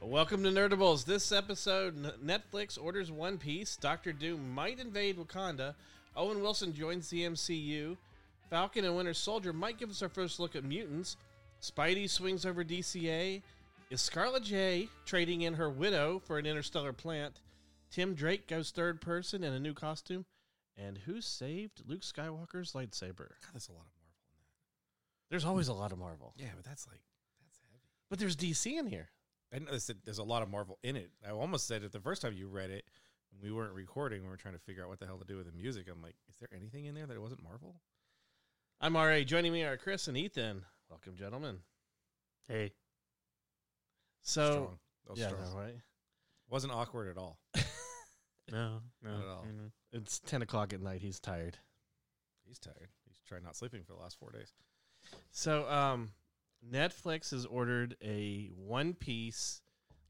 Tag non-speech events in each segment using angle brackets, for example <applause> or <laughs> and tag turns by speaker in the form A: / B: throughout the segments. A: Welcome to Nerdables. This episode, N- Netflix orders One Piece, Doctor Doom might invade Wakanda, Owen Wilson joins the MCU, Falcon and Winter Soldier might give us our first look at mutants, Spidey swings over DCA, is Scarlet J trading in her widow for an interstellar plant, Tim Drake goes third person in a new costume, and who saved Luke Skywalker's lightsaber?
B: God, that's a lot of Marvel in
A: There's always a lot of Marvel,
B: that. Yeah, but that's like that's heavy.
A: but there's DC in here.
B: I know this, there's a lot of Marvel in it. I almost said it the first time you read it when we weren't recording. We were trying to figure out what the hell to do with the music. I'm like, is there anything in there that wasn't Marvel?
A: I'm RA. Joining me are Chris and Ethan. Welcome, gentlemen.
C: Hey,
A: So,
B: strong. That was
A: yeah,
B: strong.
A: no, right?
B: Wasn't awkward at all.
C: no, no,
B: Not at all.
C: you know.
A: It's 10 o'clock at night. He's tired.
B: He's tired. He's tried not sleeping for the last four days.
A: So, um, Netflix has ordered a One Piece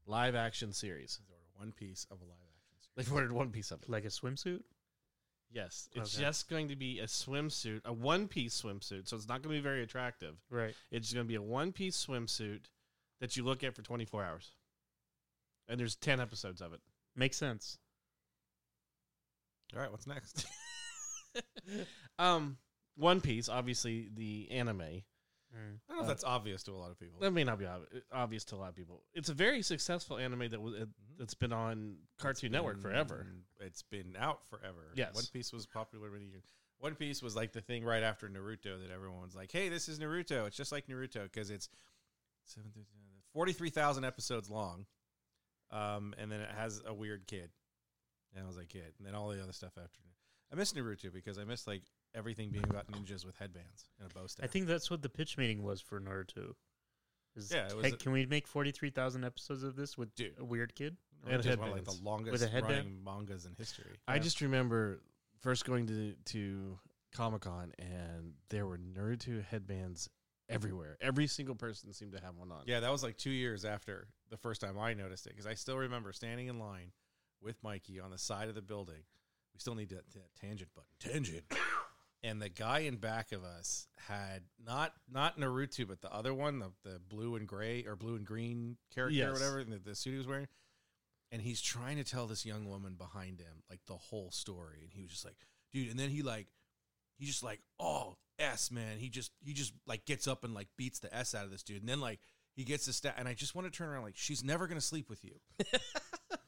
A: live action series.
B: He's ordered one piece of a live action. Series.
A: They've ordered one piece of it.
C: like a swimsuit.
A: Yes. It's
C: Okay.
A: just going to be a swimsuit, a one piece swimsuit. So, it's not going to be very attractive.
C: Right.
A: It's going to be a one piece swimsuit that you look at for 24 hours. And there's 10 episodes of it.
C: Makes sense.
B: All right, what's next? <laughs>
A: Um, one Piece, obviously the anime.
C: Mm.
B: I don't
A: Uh,
B: know if that's obvious to a lot of people.
A: That may not be ob- obvious to a lot of people. It's a very successful anime that was uh,
B: Mhm.
A: that's been on Cartoon Network forever.
B: been- It's been out forever.
A: Yes.
B: One Piece was popular when you. One Piece was like the thing right after Naruto that everyone was like, "Hey, this is Naruto. It's just like Naruto because it's seven through- forty-three thousand episodes long, um, and then it has a weird kid." And I was like, "Kid," and then all the other stuff after. I miss Naruto because I miss like everything being about ninjas with headbands and a bow staff.
C: I think that's what the pitch meeting was for Naruto. Is,
B: Yeah, it was
C: "Hey,
B: a-
C: can we make forty three thousand episodes of this with
B: Dude.
C: a weird kid?
A: and
B: Naruto's one of like
A: headbands.
B: the longest
C: With a headband?
B: running mangas in history.
A: I
C: Yeah.
A: just remember first going to to Comic Con and there were Naruto headbands everywhere. Every single person seemed to have one on.
B: Yeah, that was like two years after the first time I noticed it because I still remember standing in line with Mikey on the side of the building. We still need that, that tangent button. Tangent. <coughs> and the guy in back of us had not not Naruto, but the other one, the, the blue and gray or blue and green character
A: Yes.
B: or whatever, the, the suit he was wearing. And he's trying to tell this young woman behind him like the whole story, and he was just like, dude. And then he like he just like oh s man he just he just like gets up and like beats the s out of this dude and then like he gets the stat and i just want to turn around like she's never gonna sleep with you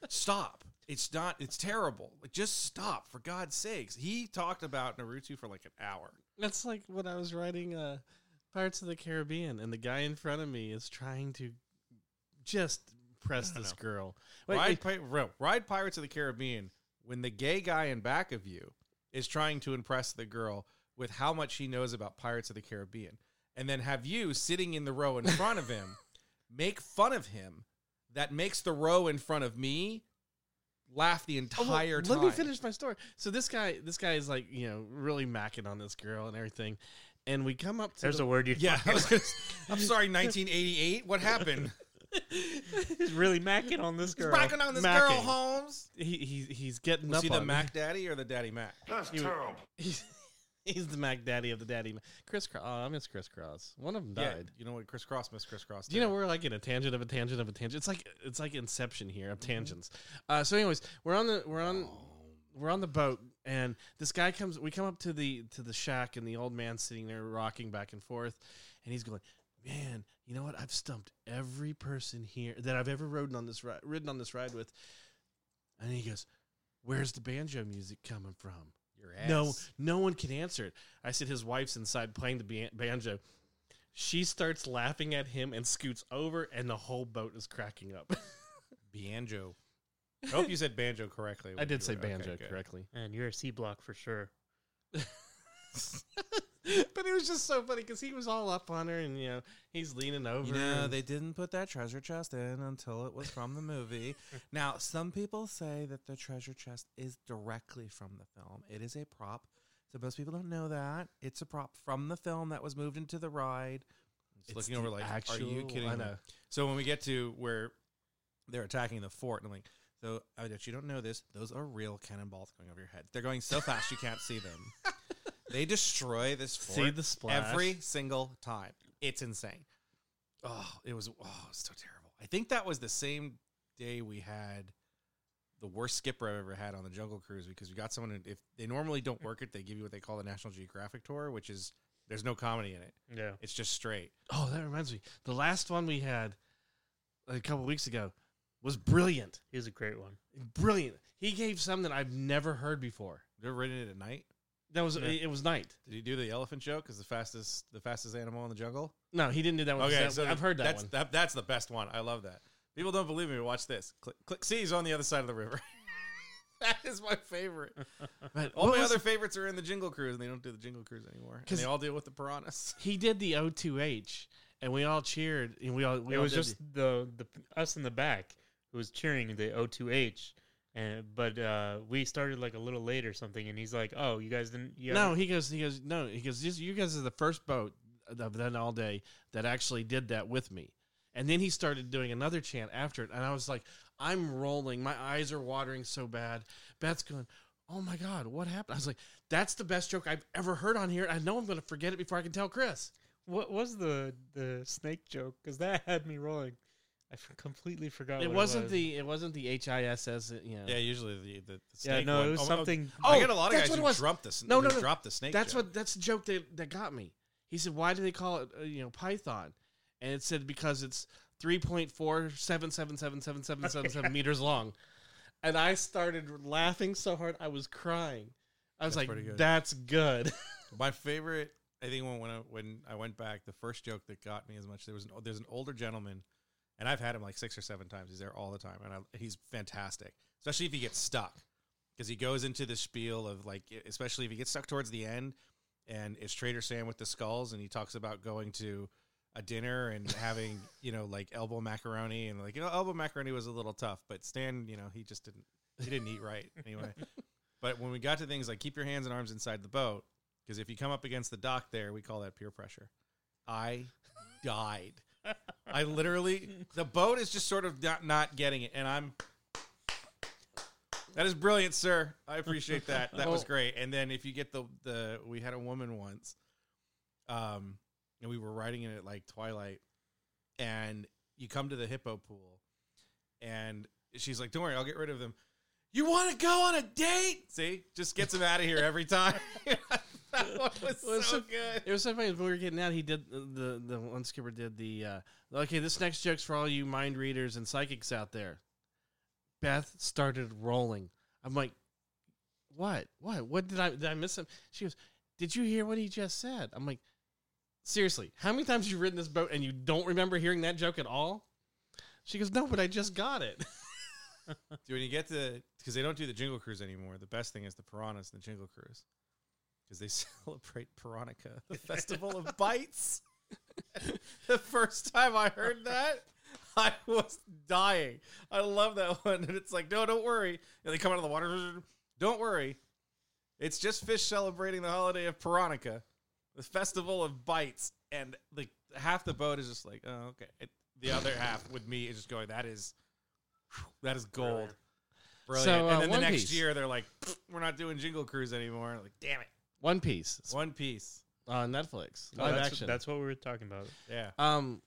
B: stop it's not it's terrible like just stop for god's sakes he talked about naruto for like an hour
A: That's like when I was writing uh, Pirates of the Caribbean and the guy in front of me is trying to just press
B: don't
A: this
B: know.
A: girl. Wait,
B: ride,
A: wait,
B: Pi- ro- ride pirates of the caribbean when the gay guy in back of you is trying to impress the girl with how much he knows about pirates of the caribbean and then have you sitting in the row in front of
A: <laughs>
B: him make fun of him that makes the row in front of me laugh the
A: Oh, well,
B: entire time
A: Let me finish my story. So this guy, this guy is like, you know, really macking on this girl and everything. And we come up to
C: There's
A: the-
C: a word you.
B: <laughs> yeah I was gonna s-
A: <laughs>
B: i'm sorry 1988 what happened
C: He's <laughs> really macking on this
B: he's
C: girl.
B: rocking on this girl
A: Macking.
B: holmes
A: <laughs> he, he he's getting
B: was
A: up
B: he the
A: on
B: mac daddy or the daddy mac
D: That's
A: You-
D: terrible.
A: <laughs> He's, he's the Mac Daddy of the Daddy. Ma- Chris, Cro- oh, I miss Chris Cross. One of them
B: yeah,
A: died.
B: you know what chris cross missed chris cross
A: Do you know we're like in a tangent of a tangent of a tangent? It's like it's like Inception here of tangents. Uh, so, anyways, we're on the we're on we're on the boat and this guy comes we come up to the to the shack and the old man's sitting there rocking back and forth and he's going man you know what i've stumped every person here that i've ever ridden on this ride ridden on this ride with and he goes where's the banjo music coming from
B: your ass
A: no no one can answer it i said his wife's inside playing the ban- banjo she starts laughing at him and scoots over and the whole boat is cracking up
B: Banjo. I hope you said banjo correctly.
A: <laughs> i
B: when
A: did
B: you
A: say
B: were- okay,
A: banjo
B: good.
A: correctly
B: <laughs>
C: And you're a C block for sure.
A: but it was just so funny because he was all up on her, and you know he's leaning over.
B: You know,
A: and-
B: they didn't put that treasure chest in until it was from
A: <laughs>
B: the movie. now, some people say that the treasure chest is directly from the film. It is a prop. So most people don't know that. It's a prop from the film that was moved into the ride. It's
A: It's
B: looking
A: the
B: over like, are you
A: actual-
B: kidding
A: I
B: me?
A: know.
B: So when we get to where they're attacking the fort, and I'm like, so I bet you don't know this. Those are real cannonballs going over your head. They're going so fast you can't see
A: <laughs>
B: them. They destroy this fort
A: See the splash?
B: every single time. It's insane. Oh, it was oh, it was so terrible. I think that was the same day we had the worst skipper I've ever had on the Jungle Cruise because we got someone who, if they normally don't work it, they give you what they call the National Geographic tour, which is there's no comedy in it.
C: Yeah.
B: It's just straight.
A: Oh, that reminds me. The last one we had a couple weeks ago was brilliant.
C: He's a great one.
A: Brilliant. He gave some that I've never heard before.
B: You ever ridden it at night?
A: That was
C: Yeah.
A: it, was night.
B: Did he do the elephant joke? Is the fastest the fastest animal in the jungle?
A: No, he didn't do that one. 'cause that- Oh, I've heard that
B: that's,
A: one.
B: That, that's the best one. I love that. People don't believe me. Watch this. Click, click C is on the other side of the river. <laughs> that is my favorite.
A: <laughs> But
B: All
A: what
B: my
A: was-
B: other favorites are in the Jingle Cruise, and they don't do the Jingle Cruise anymore. And
A: 'Cause-
B: they all deal with the piranhas.
A: he did the O2H, and we all cheered, and we all we
C: it
A: all
C: was
A: did
C: just the, the us in the back who was cheering the O2H, and but uh, we started like a little late or something, and he's like, "Oh, you guys didn't." You
A: No,
C: haven't-"
A: he goes. He goes. No, he goes. "This- You guys are the first boat of then all day that actually did that with me. And then he started doing another chant after it, and I was like, I'm rolling. My eyes are watering so bad. Beth's going, Oh my god, what happened? I was like, That's the best joke I've ever heard on here. I know I'm going to forget it before I can tell Chris.
C: what was the the snake joke? Because that <laughs> had me rolling. I f- completely forgot.
A: it
C: what
A: wasn't
C: was.
A: the. It wasn't the H I S S. You know.
B: Yeah, usually the, the, the
C: Yeah,
B: snake
C: no,
B: one.
C: it was
B: Oh, oh,
C: something.
B: I
A: Oh,
B: get a lot of
A: that's
B: guys
A: what it
B: who
A: was.
B: drop the
A: No,
B: no,
A: no, no.
B: drop the snake.
A: That's
B: joke.
A: what that's the joke that, that got me. He said, "Why do they call it uh, you know Python?" And it said because it's three point four seven seven seven seven seven seven
B: <laughs>
A: seven meters long. And I started laughing so hard I was crying. I was
B: That's
A: like,
B: pretty good.
A: "That's good."
B: My favorite, I think, when when I, when I went back, the first joke that got me as much there was an, there's an older gentleman, and I've had him like six or seven times. He's there all the time, and I, he's fantastic, especially if he gets stuck, because he goes into the spiel of like, e, especially if he gets stuck towards the end, and it's Trader Sam with the skulls, and he talks about going to a dinner and having you know like elbow macaroni and like you know elbow macaroni was a little tough, but Stan, you know, he just didn't he didn't eat right anyway. But when we got to things like keep your hands and arms inside the boat, because if you come up against the dock there, we call that peer pressure. I died. I literally, the boat is just sort of not, not getting it. And I'm, that is brilliant, sir. I appreciate that. That was
A: Well-
B: great. And then if you get the, the, we had a woman once, um, and we were riding in it like twilight, and you come to the hippo pool, and she's like, don't worry, I'll get rid of them. You want to go on a date? See, just gets him out of here every time. <laughs> that one was
A: Well, it's
B: so
A: a-
B: good.
A: it was so funny when we were getting out. He did uh, the the one skipper did the uh, okay. This next joke's for all you mind readers and psychics out there. Beth started rolling. I'm like, what? What? What did I did I miss him? She goes, did you hear what he just said? I'm like, seriously, how many times you ridden this boat and you don't remember hearing that joke at all? She goes, no, but I just got it. <laughs>
B: Dude, when you get to because they don't do the Jingle Cruise anymore. The best thing is the piranhas in the Jingle Cruise because they <laughs> celebrate Piranha, <laughs> the festival of bites. <laughs> the first time I heard that, I was dying. I love that <laughs> one, and it's like, no, don't worry. And they come out of the water. <laughs> Don't worry, it's just fish celebrating the holiday of Piranha, the festival of bites. And like half the boat is just like, oh, okay. It, the other half with me is just going, that is, that is gold. Brilliant.
A: So, uh,
B: and then the
A: One
B: next
A: Piece.
B: year, they're like, we're not doing Jingle Cruise anymore. Like, damn it.
A: One Piece
B: One piece.
A: on Netflix
C: Oh,
A: live
C: that's,
A: action.
C: that's what we were talking about.
B: Yeah.
A: Um,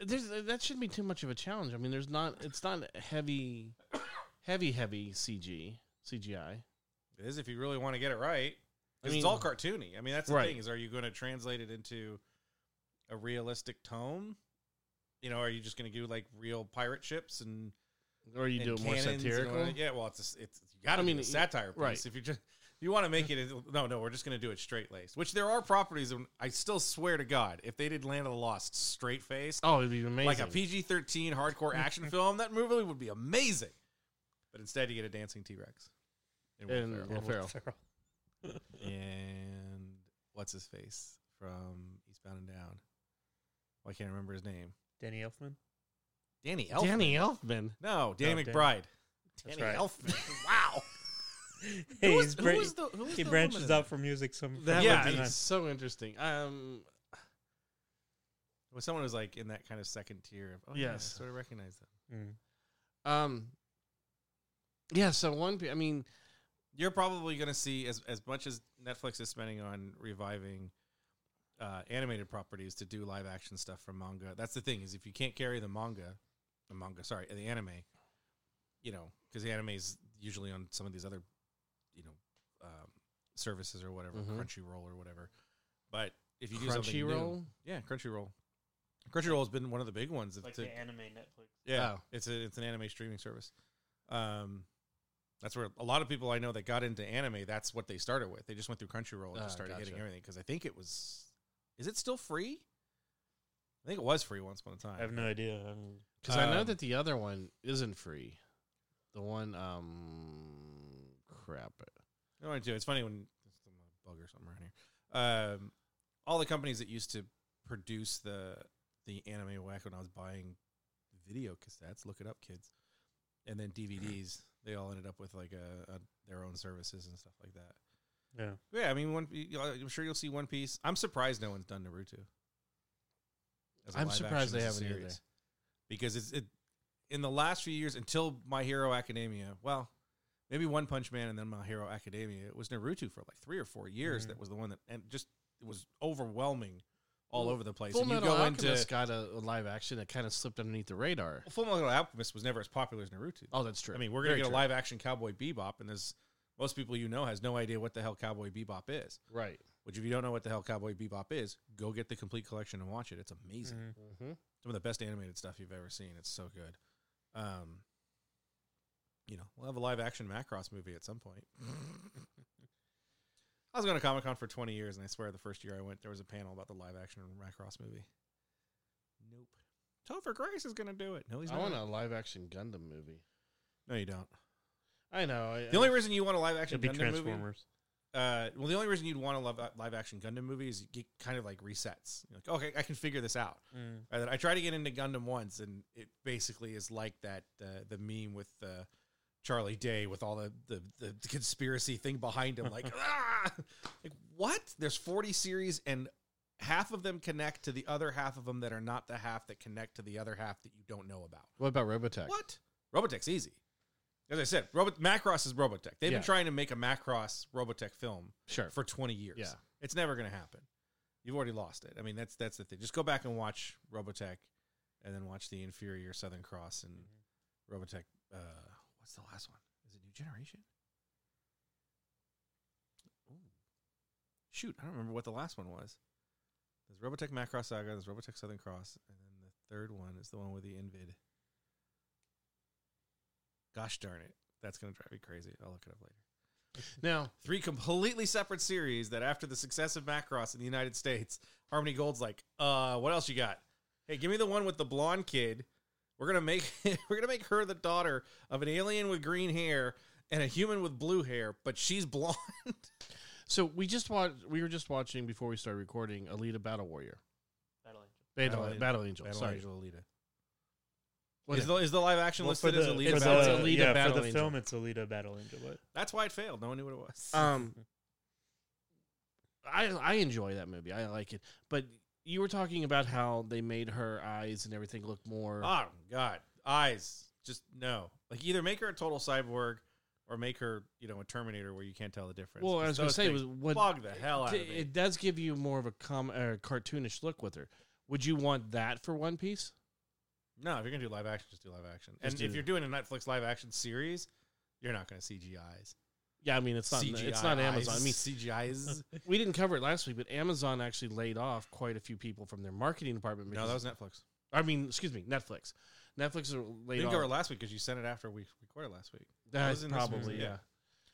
A: there's that shouldn't be too much of a challenge. I mean, there's not. It's not heavy, heavy, heavy CG CGI.
B: It is if you really want to get it right. 'Cause
A: mean-
B: it's all cartoony. I mean, that's the
A: Right.
B: thing is, are you going to translate it into a realistic tone? You know, are you just going to do like real pirate ships and
A: Or you
B: and
A: do it more
B: cannons and
A: satirical.
B: all that. yeah, well, it's a, it's you gotta
A: I mean,
B: mean, a satire piece
A: right.
B: if you just you want to make it. into- No, no, we're just gonna do it straight laced. Which there are properties. and I still swear to God, if they did Land of the Lost straight faced,
A: Oh, it'd be amazing.
B: like a PG thirteen hardcore
C: <laughs>
B: action film, that movie would be amazing. But instead, you get a dancing T Rex
A: And Will Ferrell.
B: and what's his face from Eastbound and Down. Well, I can't remember his name.
C: Danny Elfman.
B: Danny Elfman.
A: Danny Elfman.
B: No, Danny
C: No, Dan-
B: McBride.
C: That's
B: Danny
C: right. <laughs>
B: Elfman. wow.
C: Hey,
B: Who
C: he's
B: was- who
C: bra-
B: was the- who was
C: he
B: the
C: branches
B: woman in
C: out for music some.
A: That
B: Yeah,
A: would be
B: it's-
A: so interesting. Um,
B: Well, someone was like in that kind of second tier. Of, oh, yeah, I
A: Yes.
B: sort of recognize them.
C: Mm.
A: um, yeah. So one. P- I mean,
B: You're probably going to see as as much as Netflix is spending on reviving uh, animated properties to do live action stuff from manga. That's the thing is if you can't carry the manga, the manga, sorry, the anime. You know, because the anime is usually on some of these other, you know, um, services or whatever,
A: Mhm.
B: Crunchyroll or whatever. But if you do something new-
A: Crunchyroll.
B: yeah, Crunchyroll. Crunchyroll has been one of the big ones.
C: like
B: to-
C: the anime Netflix.
B: yeah,
A: Oh.
B: it's a it's an anime streaming service. Um, that's where a lot of people I know that got into anime. That's what they started with. They just went through Crunchyroll and
A: Ah,
B: just started getting
A: gotcha.
B: everything because I think it was. Is it still free? I think it was free once upon a
C: I have
B: time.
C: no idea. I mean,
A: Because I know
B: Um,
A: that the other one isn't free. The one, um, crap.
B: No idea. It's funny when there's some bug or something around here. Um, all the companies that used to produce the the anime whack when I was buying video cassettes, look it up, kids, and
A: <laughs>
B: then DVDs. they all ended up with like a, a their own services and stuff like that.
C: yeah.
B: Yeah, I mean, one. you know, I'm sure you'll see One Piece. I'm surprised no one's done Naruto. As a
A: I'm
B: live
A: surprised
B: action
A: they haven't
B: series.
A: either.
B: Because it's it in the last few years until My Hero Academia. Well, maybe One Punch Man and then My Hero Academia. It was Naruto for like three or four years.
A: Mm-hmm.
C: Mhm.
B: That was the one that and just it was overwhelming all
A: Well,
B: over the place.
A: Full
B: and you
A: Metal
B: go
A: Alchemist
B: into
A: got a, a live action that kind of slipped underneath the radar.
B: Full Metal Alchemist was never as popular as Naruto.
A: Oh, that's true.
B: I mean, we're gonna
A: Very
B: get
A: true.
B: a live action Cowboy Bebop, and there's most people you know has no idea what the hell Cowboy Bebop is.
A: right?
B: Which, if you don't know what the hell Cowboy Bebop is, go get the complete collection and watch it. It's amazing.
C: Mhm.
A: hmm
B: Some of the best animated stuff you've ever seen. It's so good. Um, you know, we'll have a live action Macross movie at some point. <laughs> I was going to Comic Con for 20 years, and I swear the first year I went, there was a panel about the live action Macross movie. Nope. Topher Grace is going to do it. No, he's
A: I
B: not.
A: want a live action Gundam movie.
B: No, you don't.
A: I know. I,
B: The only reason you want a live
C: It'd
B: action
C: be
B: Gundam movie
C: Transformers.
B: uh, well, the only reason you'd want to love live action Gundam movie is you get kind of like resets. You're like, okay, I can figure this out.
C: Mm.
B: Uh, that I tried to get into Gundam once, and it basically is like that uh, the meme with uh, Charlie Day with all the, the the conspiracy thing behind him. Like, ah! like what? There's 40 series, and half of them connect to the other half of them that are not the half that connect to the other half that you don't know about.
A: what about Robotech?
B: What? Robotech's easy. As I said, Robot Macross is Robotech. They've
A: Yeah.
B: been trying to make a Macross Robotech film
A: Sure.
B: for 20 years.
A: Yeah.
B: It's never going to happen. You've already lost it. I mean, that's that's the thing. Just go back and watch Robotech and then watch the inferior Southern Cross and
A: Mm-hmm.
B: Robotech uh what's the last one? Is it New Generation? Ooh. Shoot, I don't remember what the last one was. There's Robotech Macross Saga, there's Robotech Southern Cross, and then the third one is the one with the Invid. Gosh darn it. That's going to drive me crazy. I'll look it up later
A: now?
B: three completely separate series that after the success of Macross in the United States, Harmony Gold's like, uh, what else you got? Hey, give me the one with the blonde kid. We're gonna make <laughs> we're gonna make her the daughter of an alien with green hair and a human with blue hair, but she's blonde.
A: So we just watched. We were just watching before we started recording. Alita Battle Warrior.
C: Battle Angel.
A: Battle,
B: Battle-
A: Battle, Angel.
B: Battle
A: Sorry.
B: Angel Alita.
A: What
B: is, the, is the live action
C: Well,
B: listed as Alita
A: it's uh,
B: Battle?
A: a-
B: Angel?
A: Alita
C: yeah,
A: Battle
C: for the
A: Angel.
C: film, it's Alita Battle Angel. But
B: That's why it failed. No one knew what it was.
A: Um, I I enjoy that movie. I like it. But you were talking about how they made her eyes and everything look more.
B: <laughs> oh God, eyes. Just no. Like either make her a total cyborg or make her, you know, a Terminator where you can't tell the difference.
A: well, I was going to
B: Those
A: say
B: things
A: was what
B: bog the hell out
A: T-
B: of me.
A: It does give you more of a com- uh, cartoonish look with her. Would you want that for One Piece?
B: No, if you're gonna do live action, just do live action.
A: Just
B: and
A: do-
B: if you're doing a Netflix live action series, you're not gonna CGI's.
A: Yeah, I mean it's not it's not Amazon. <laughs> I mean
B: CGI's.
A: we didn't cover it last week, but Amazon actually laid off quite a few people from their marketing department.
B: no, that was Netflix.
A: I mean, excuse me, Netflix. Netflix are
B: We
A: laid
B: didn't
A: off.
B: cover it last week because you sent it after we recorded last week.
A: That
B: was in this
A: Uh, probably
B: movie,
A: yeah.
B: yeah.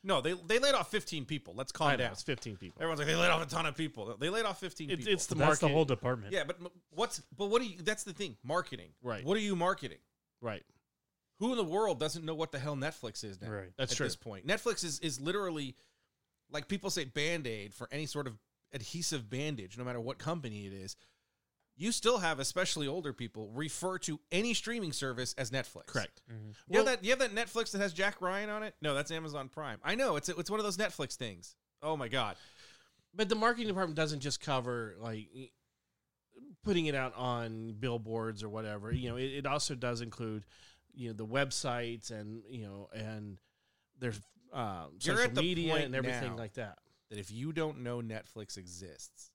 B: No, they they laid off 15 people. Let's calm
A: I know,
B: down.
A: it's fifteen people.
B: Everyone's like they laid off a ton of people. They laid off 15
A: It-
B: people.
A: it's the
C: that's the
A: market-
C: whole department.
B: yeah, but m- what's but what do you? That's the thing. Marketing.
A: Right.
B: What are you marketing?
A: Right.
B: Who in the world doesn't know what the hell Netflix is now?
C: Right.
A: That's
B: at
A: true.
B: this point. Netflix is is literally like people say band aid for any sort of adhesive bandage, no matter what company it is. You still have, especially older people, refer to any streaming service as Netflix.
A: Correct.
C: Mhm.
B: You
A: Well-
B: have that you have that Netflix that has Jack Ryan on it? No, that's Amazon Prime. I know, it's it's one of those Netflix things. Oh my god.
A: But the marketing department doesn't just cover like y- putting it out on billboards or whatever. You know, it, it also does include you know the websites and you know and their uh,
B: You're
A: social
B: at the
A: media
B: point
A: and everything
B: now
A: like that.
B: That if you don't know Netflix exists,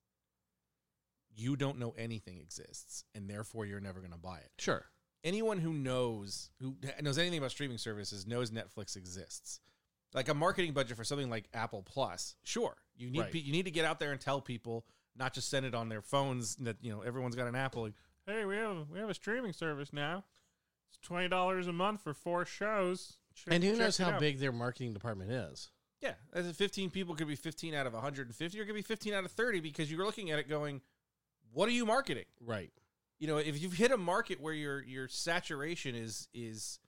B: you don't know anything exists, and therefore you're never gonna buy it.
A: Sure.
B: anyone who knows who knows anything about streaming services knows Netflix exists. Like a marketing budget for something like Apple Plus, sure, you need
A: Right.
B: pe you need to get out there and tell people, not just send it on their phones that you know everyone's got an Apple. Like,
D: Hey, we have we have a streaming service now. It's twenty dollars a month for four shows. Check-
A: And who
D: check
A: knows
D: it
A: how
D: out.
A: big their marketing department is?
B: Yeah, as in 15 people could be 15 out of 150 or could be 15 out of 30 because you're looking at it going, what are you marketing?
A: Right.
B: You know, if you've hit a market where your your saturation is is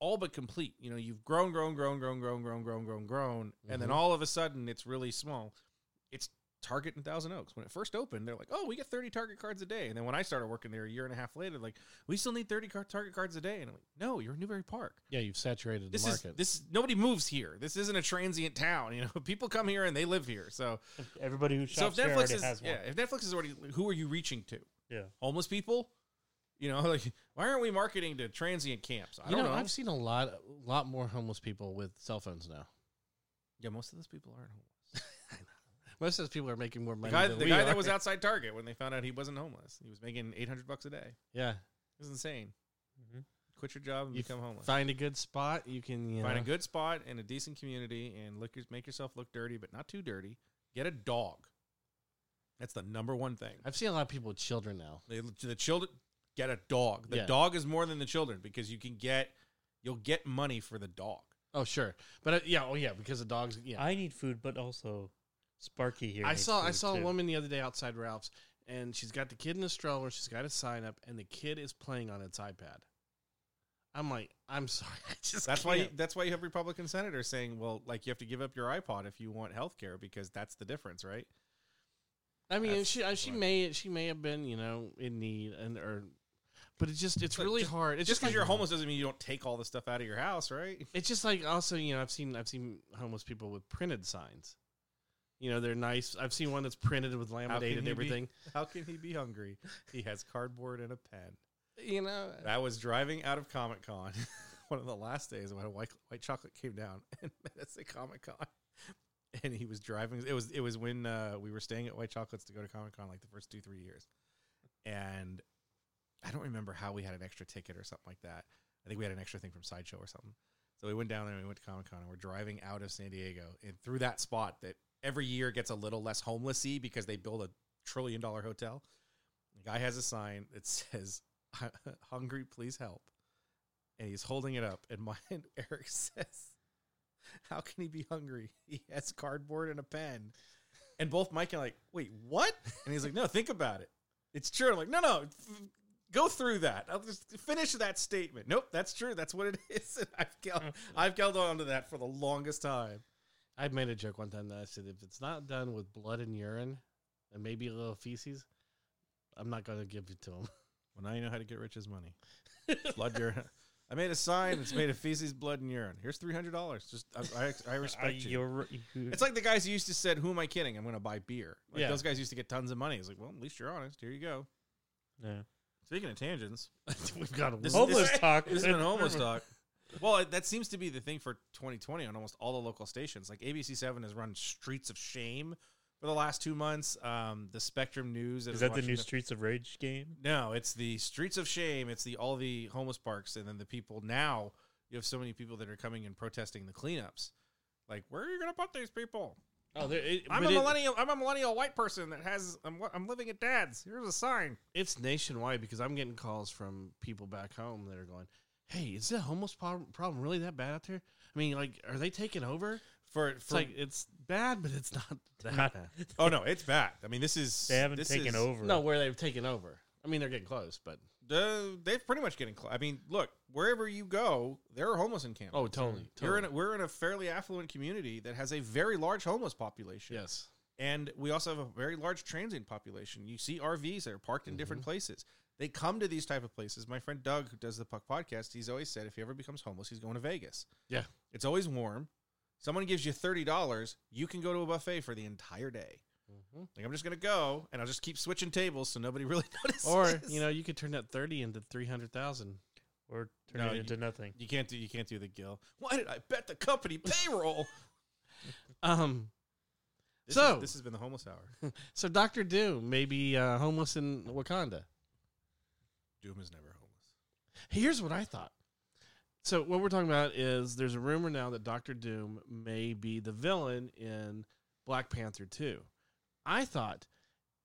B: all but complete, you know, you've grown, grown, grown, grown, grown, grown, grown, grown, grown, and then
A: Mhm.
B: all of a sudden it's really small. It's Target and Thousand Oaks. When it first opened, they're like, "Oh, we get thirty Target cards a day." And then when I started working there a year and a half later, like, we still need thirty car- Target cards a day. And I'm like, "No, you're in Newberry Park."
A: Yeah, you've saturated
B: this
A: the
B: is
A: market.
B: this nobody moves here. This isn't a transient town. <laughs> You know, people come here and they live here. So
C: Everybody who
B: so if
C: shops there
B: Netflix
C: already
B: is
C: has one.
B: yeah, if Netflix is already who are you reaching to?
C: Yeah.
B: Homeless people? You know, <laughs> like why aren't we marketing to transient camps? I
A: you
B: don't
A: know,
B: know.
A: I've seen a lot, a lot more homeless people with cell phones now.
B: yeah, most of those people aren't homeless.
A: Most of those people are making more
B: The
A: money.
B: guy,
A: than
B: the
A: we
B: guy
A: are.
B: that was outside Target when they found out he wasn't homeless, he was making eight hundred bucks a day. It
A: Yeah,
B: was insane.
C: Mhm.
B: Quit your job and
A: You
B: become homeless.
A: find a good spot. You can you
B: Find
A: know,
B: a good spot and a decent community and look, make yourself look dirty, but not too dirty. Get a dog. That's the number one thing.
A: I've seen a lot of people with children now.
B: They, to the children get a dog. The
A: Yeah.
B: dog is more than the children because you can get you'll get money for the dog.
A: Oh sure, but uh, yeah, oh yeah, because the dogs. Yeah,
C: I need food, but also Sparky here.
A: I,
C: needs
A: saw I
C: food,
A: saw a
C: too.
A: woman the other day outside Ralph's, and she's got the kid in a stroller. She's got a sign up, and the kid is playing on its iPad. I'm like, I'm sorry, <laughs> I just
B: That's why you,
A: can't.
B: that's why you have Republican senators saying, well, like you have to give up your iPod if you want health care because that's the difference, right?
A: I mean,
B: That's
A: she uh, she
B: why.
A: may she may have been you know in need and or, but it's just it's
B: But
A: really
B: just-
A: hard. It's
B: It's just because
A: like-
B: you're homeless doesn't mean you don't take all the stuff out of your house, right? <laughs>
A: It's just like also, you know, I've seen I've seen homeless people with printed signs. You know, they're nice. I've seen one that's printed with laminated and
B: he be-
A: everything.
B: How can he be hungry? He has cardboard and a pen.
A: You know,
B: I was driving out of Comic Con <laughs> one of the last days when a white, white chocolate came down <laughs> and met us at Comic Con. And he was driving. It was it was when uh, we were staying at White Chocolates to go to Comic Con like the first two three years, and I don't remember how we had an extra ticket or something like that. I think we had an extra thing from Sideshow or something. So we went down there and we went to Comic Con and we're driving out of San Diego and through that spot that every year gets a little less homelessy because they build a trillion dollar hotel. The guy has a sign that <laughs> says <laughs> hungry, please help. And he's holding it up. And <laughs> mine, Eric says, How can he be hungry? <laughs> He has cardboard and a pen. And both Mike and I are like, Wait, what? And he's like, No, think about it. It's true. I'm like, No, no, f- go through that. I'll just finish that statement. Nope, that's true. That's what it <laughs> is. And I've held, I've held on to that for the longest time.
A: I made a joke one time that I said if it's not done with blood and urine and maybe a little feces, I'm not going to give it to them.
B: Well, now you know how to get rich as money. Blood urine. <laughs> I made a sign. It's made of feces, blood, and urine. Here's three hundred dollars. Just I, <laughs> I, I
C: Uh,
B: respect you.
C: you're,
B: It's like the guys who used to said, "Who am I kidding? I'm going to buy beer." Like
A: Yeah.
B: those guys used to get tons of money. It's like, well, at least you're honest. Here you go.
C: yeah.
B: Speaking of tangents,
A: <laughs> We've got a
B: This is-
A: little-
C: homeless talk.
B: this has been
C: <laughs>
B: homeless talk. Well, it- that seems to be the thing for 2020 on almost all the local stations. Like ABC Seven has run Streets of Shame for the last two months. Um, the Spectrum News
C: Is that the
B: watching
C: new Streets of Rage game?
B: No, it's the Streets of Shame. It's the all the homeless parks, and then the people now. You have so many people that are coming and protesting the cleanups. Like, where are you going to put these people?
A: oh, there, it,
B: I'm
A: but
B: a
A: it-
B: millennial. I'm a millennial white person that has. I'm, wa- I'm living at dad's. Here's a sign.
A: It's nationwide because I'm getting calls from people back home that are going, "Hey, is the homeless prob- problem really that bad out there? I mean, like, are they taking over?"
B: For,
A: It's
B: for
A: like it's bad, but it's not <laughs> that
C: Not-
A: bad.
B: oh no, it's bad. I mean, this is
C: They haven't
B: this
C: taken
B: is-
C: over.
A: No, where they've taken over. I mean, they're getting close, but
B: Uh, they're pretty much getting. Cl- I mean, look, wherever you go, there are homeless encampments.
A: oh, totally.
B: You're in a, we're in a fairly affluent community that has a very large homeless population.
A: yes,
B: And we also have a very large transient population. You see RVs that are parked in
A: Mm-hmm.
B: different places. They come to these type of places. My friend Doug, who does the Puck podcast, he's always said if he ever becomes homeless, he's going to Vegas.
A: Yeah.
B: It's always warm. Someone gives you $30, you can go to a buffet for the entire day.
A: Mm-hmm.
B: Like, I'm just going to go and I'll just keep switching tables so nobody <laughs> really
A: <laughs>
B: notices.
A: or you know, you could turn that thirty into three hundred thousand.
C: Or turn
B: No,
C: it
B: you-
C: into nothing.
B: you can't do you can't do the gill. Why did I bet the company
A: <laughs>
B: payroll?
A: Um,
B: This
A: So-
B: is, this has been the homeless hour.
A: so Doctor Doom maybe uh, homeless in Wakanda.
B: Doom is never homeless.
A: Here's what I thought. So what we're talking about is there's a rumor now that Doctor Doom may be the villain in Black Panther 2. I thought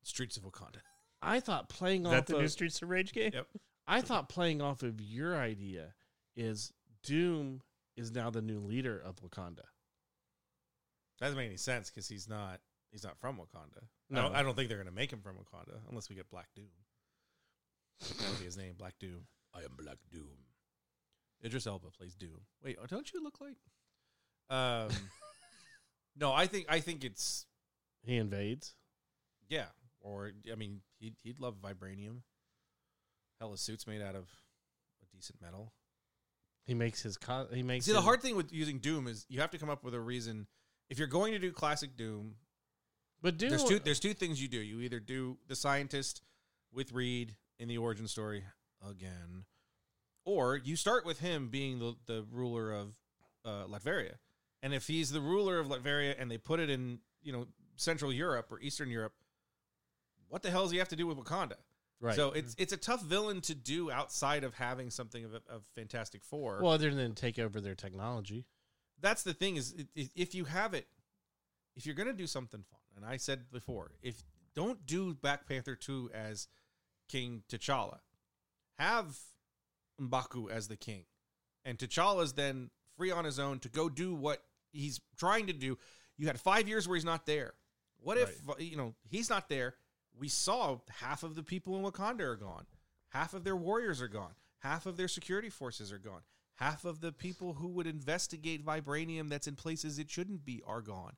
B: Streets of Wakanda.
A: I thought playing
C: Is
A: off
C: that the
A: of,
C: new Streets of Rage game?
B: Yep.
A: I thought playing off of your idea is Doom is now the new leader of Wakanda.
B: That doesn't make any sense because he's not he's not from Wakanda. I,
A: No.
B: don't, I don't think they're gonna make him from Wakanda unless we get Black Doom. that would be his name, Black Doom. I am Black Doom. Idris Elba plays Doom. Wait, oh, don't you look like? Um, <laughs> no, I think I think it's
A: He invades.
B: yeah. Or I mean, he'd he'd love vibranium. Hell, his suit's made out of a decent metal.
A: He makes his co- he makes
B: See, the
A: his-
B: hard thing with using Doom is you have to come up with a reason. If you're going to do classic Doom,
A: But Doom
B: there's two there's two things you do. You either do the scientist with Reed in the origin story again, or you start with him being the the ruler of uh, Latveria. And if he's the ruler of Latveria and they put it in you know Central Europe or Eastern Europe, what the hell does he have to do with Wakanda?
A: right. Mm-hmm.
B: So it's it's a tough villain to do outside of having something of, of Fantastic Four
A: well other than take over their technology.
B: that's the thing is i- i- if you have it if you're going to do something fun and i said before if don't do black panther 2 as king t'challa have mbaku as the king and t'challa's then free on his own to go do what he's trying to do you had five years where he's not there what if uh, you know he's not there we saw half of the people in wakanda are gone half of their warriors are gone half of their security forces are gone half of the people who would investigate vibranium that's in places it shouldn't be are gone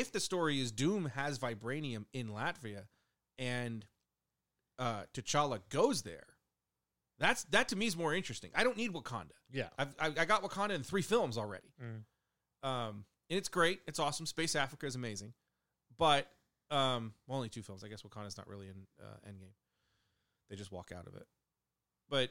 B: if the story is doom has vibranium in latvia and uh, t'challa goes there that's that to me is more interesting i don't need wakanda
A: Yeah.
B: I've, I, I got Wakanda in three films already. Um, and it's great. It's awesome. Space Africa is amazing. But, um, well, only two films. I guess Wakanda's not really in uh, Endgame. They just walk out of it. But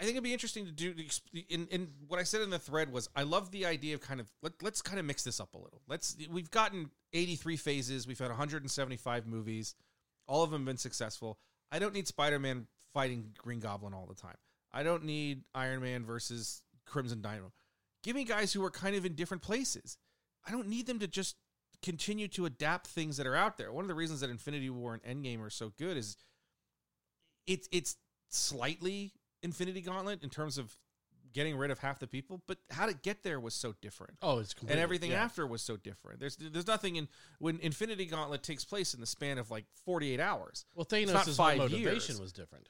B: I think it'd be interesting to do. to exp- In, in what I said in the thread was, I love the idea of kind of let, let's kind of mix this up a little. Let's we've gotten 83 phases. We've had 175 movies. All of them have been successful. I don't need Spider-Man fighting Green Goblin all the time. I don't need Iron Man versus Crimson Dynamo. Give me guys who are kind of in different places. I don't need them to just continue to adapt things that are out there. One of the reasons that Infinity War and Endgame are so good is it's it's slightly Infinity Gauntlet in terms of getting rid of half the people, but how to get there was so different
A: Oh, it's completely,
B: and everything
A: yeah.
B: after was so different. There's there's nothing in when Infinity Gauntlet takes place in the span of like 48 hours.
A: Well,
B: not
A: Thanos'
B: five
A: motivation
B: years.
A: was different.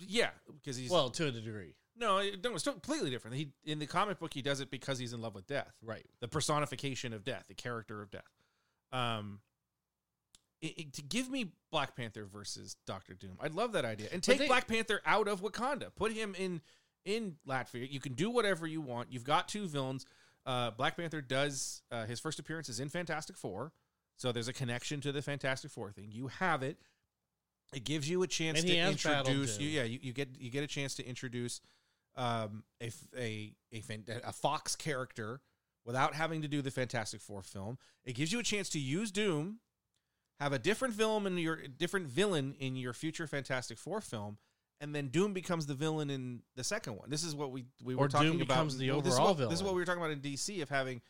B: Yeah, because he's
A: Well, to a degree,
B: no, it- no, it's completely different. He in the comic book he does it because he's in love with death,
A: right?
B: the personification of death, the character of death. Um, it, it- to give me Black Panther versus Doctor Doom, I'd love that idea. And take
A: they-
B: Black Panther out of Wakanda, put him in in Latvia. You can do whatever you want. You've got two villains. Uh, Black Panther does uh, his first appearance is in Fantastic Four, so there's a connection to the Fantastic Four thing. You have it. It gives you a chance
A: And
B: to
A: he has battled
B: introduce.
A: Doom.
B: You, yeah, you, you get you get a chance to introduce um, a f- a a, fan, a Fox character without having to do the Fantastic Four film. It gives you a chance to use Doom, have a different film in your different villain in your future Fantastic Four film, and then Doom becomes the villain in the second one. This is what we we were
A: Or
B: talking
A: Doom
B: about.
A: becomes the
B: this is
A: overall
B: what, This is what
A: villain.
B: we were talking about in DC of having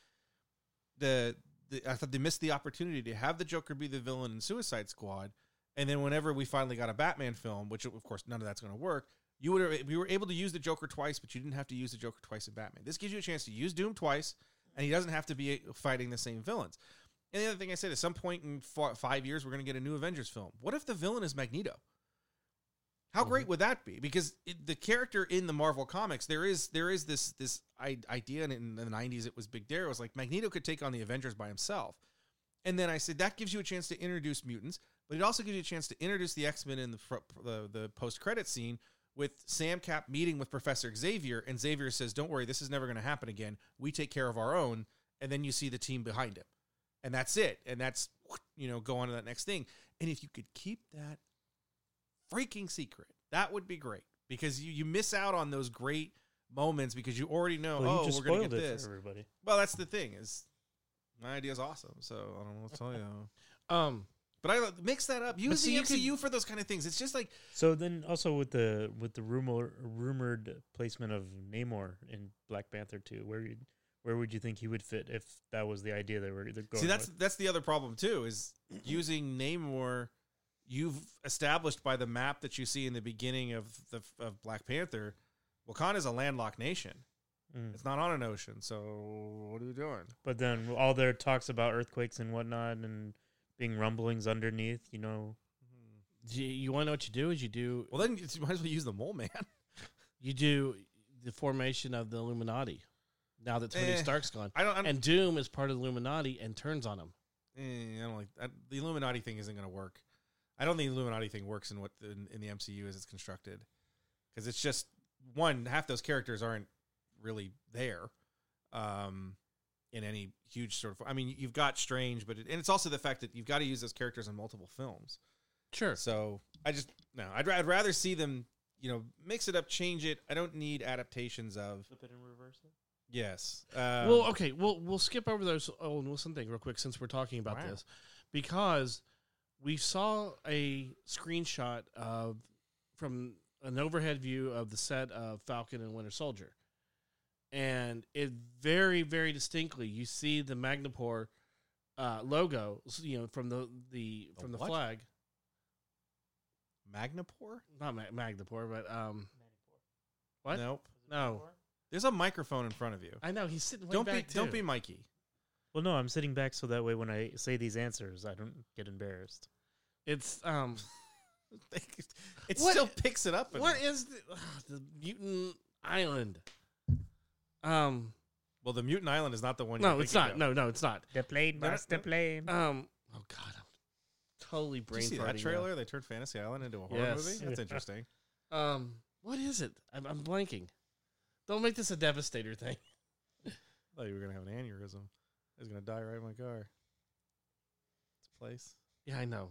B: the, the I thought they missed the opportunity to have the Joker be the villain in Suicide Squad, and then whenever we finally got a Batman film, which of course none of that's going to work. You would we were able to use the Joker twice, but you didn't have to use the Joker twice in Batman. This gives you a chance to use Doom twice, and he doesn't have to be fighting the same villains. And the other thing I said, at some point in four, five years, we're going to get a new Avengers film. What if the villain is Magneto? How great would that be? Because it, the character in the Marvel comics, there is there is this this i- idea, and in the '90s it was Big Dare. It was like Magneto could take on the Avengers by himself. And then I said that gives you a chance to introduce mutants, but it also gives you a chance to introduce the X Men in the fr- the, the post credit scene with Sam Cap meeting with Professor Xavier, and Xavier says, "Don't worry, this is never going to happen again. We take care of our own." And then you see the team behind him, and that's it. And that's you know go on to that next thing. And if you could keep that freaking secret, that would be great because you you miss out on those great moments because you already know.
C: Well, you
B: oh,
C: just
B: we're going to
C: spoiled
B: get
C: it
B: this.
C: for everybody.
B: <laughs> Well, that's the thing is, my idea's awesome, so I don't know what to tell you.
A: Um,
B: But I like, mix that up. Use
C: see,
B: the
C: you
B: MCU for those kind of things. It's just like
C: So then, also with the with the rumor rumored placement of Namor in Black Panther two, where you, where would you think he would fit if that was the idea they were they're going?
B: see that's
C: with?
B: that's the other problem too is using Namor. You've established by the map that you see in the beginning of the of Black Panther, Wakanda is a landlocked nation.
C: Mm.
B: It's not on an ocean, so what are you doing?
C: But then all their talks about earthquakes and whatnot and being rumblings underneath, you know.
A: You, want to know what you do? Is you do
B: Well, then you might as well use the mole man.
A: you do the formation of the Illuminati. Now that Tony
B: Eh.
A: Stark's gone,
B: I don't. I don't,
A: and Doom is part of the Illuminati and turns on him.
B: eh, I don't like I, the Illuminati thing. Isn't going to work. I don't think the Illuminati thing works in what in, in the MCU as it's constructed, because it's just one half those characters aren't really there, um, in any huge sort of. I mean, you've got Strange, but it, and it's also the fact that you've got to use those characters in multiple films.
A: Sure.
B: So I just no. I'd, ra- I'd rather see them. You know, mix it up, change it. I don't need adaptations of
C: Flip it and reverse it.
B: yes. Um,
A: well, okay, we'll we'll skip over those oh, Owen Wilson thing real quick since we're talking about
B: Wow.
A: this, because we saw a screenshot of from an overhead view of the set of Falcon and Winter Soldier, and it very very distinctly you see the Magnapore uh, logo, s- you know, from the the
B: The
A: from the
B: what?
A: flag,
B: Magnapore.
A: not Mag- Magnapore, but um, What?
B: Nope.
A: no,
B: There's a microphone in front of you.
A: I know he's sitting. Way
B: don't be
A: back
B: don't
A: too.
B: be Mikey.
C: Well, no, I'm sitting back so that way when I say these answers, I don't get embarrassed.
A: It's um.
B: <laughs>
A: What-
B: it still picks it up.
A: What is the, ugh, the mutant island? Um,
B: well, the mutant island is not the one.
A: no,
B: you're
A: it's
B: thinking
A: not.
B: of.
A: No, no, it's not.
C: The plane,
B: No, no,
C: master
B: no.
C: plane.
A: Um, oh god, I'm totally
B: Did you
A: brain
B: see that
A: farting
B: trailer? They turned Fantasy Island into a horror
A: Yes.
B: movie. That's interesting.
A: now. Um, what is it? I'm, I'm blanking. Don't make this a devastator thing. <laughs>
B: I thought you were gonna have an aneurysm. I was gonna die right in my car. It's a place.
A: Yeah, I know.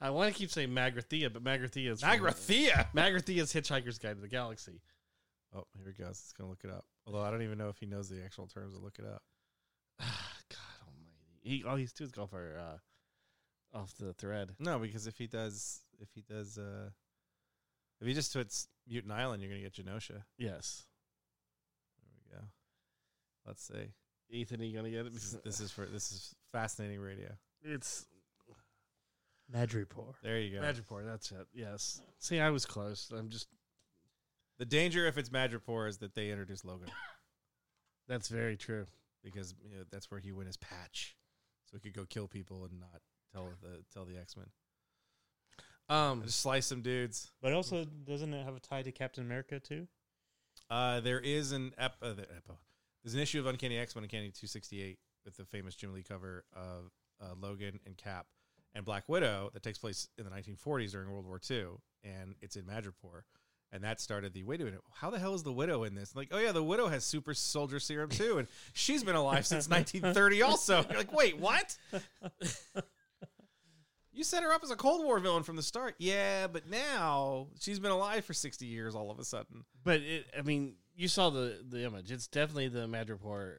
A: I want to keep saying Magrathea, but Magrathea is from-
B: Magrathea.
A: Magrathea is Hitchhiker's Guide to the Galaxy. <sighs>
B: Oh, here he goes. It's gonna look it up. Although I don't even know if he knows the actual terms to look it up.
A: Ah, God Almighty! He all he's too is going for uh, off the thread.
B: No, because if he does, if he does, uh if he just puts mutant island, you're gonna get Genosha.
A: Yes,
B: There we go. Let's see.
A: Ethan, are you gonna get it?
B: This is, this is for this is fascinating radio.
A: it's
C: Madripoor.
B: There you go.
A: Madripoor, that's it. Yes. See, I was close. I'm just
B: The danger if it's Madripoor is that they introduce Logan
A: that's very true.
B: because you know, that's where he went his patch, so he could go kill people and not tell the tell the X Men.
A: Um
B: Just slice some dudes.
C: But also, doesn't it have a tie to Captain America too?
B: Uh, there is an ep- uh, the epo- There's an issue of Uncanny X Men Uncanny 268 with the famous Jim Lee cover of uh, Logan and Cap and Black Widow that takes place in the 1940s during World War II, and it's in Madripoor. And that started the wait a minute, how the hell is the widow in this? Like, oh yeah, the widow has super soldier serum too, and she's been alive since 1930. Also, <laughs> you're like, wait, what? You set her up as a Cold War villain from the start, yeah, but now she's been alive for 60 years all of a sudden.
A: but it, I mean, you saw the the image. It's definitely the Madripoor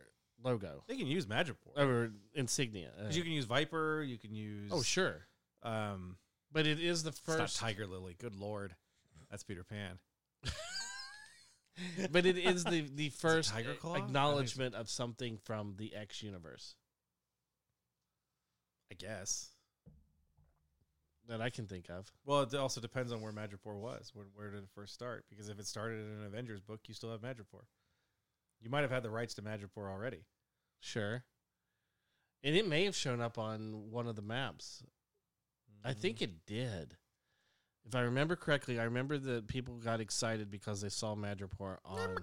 A: logo
B: They can use Madripoor.
A: or insignia. Uh,
B: 'Cause Oh, you can use Viper. You can use
A: oh, sure.
B: um,
A: But it is the
B: it's not
A: first
B: Tiger Lily. Good lord, that's Peter Pan.
A: but it is the the first
B: tiger claw?
A: acknowledgement of something from the X universe
B: I guess.
A: that I can think of.
B: Well, it also depends on where Madripoor was. Where, where did it first start? Because if it started in an Avengers book, you still have Madripoor. You might have had the rights to Madripoor already.
A: Sure. And it may have shown up on one of the maps. I
B: Mm.
A: think it did. If I remember correctly, I remember that people got excited because they saw Madripoor on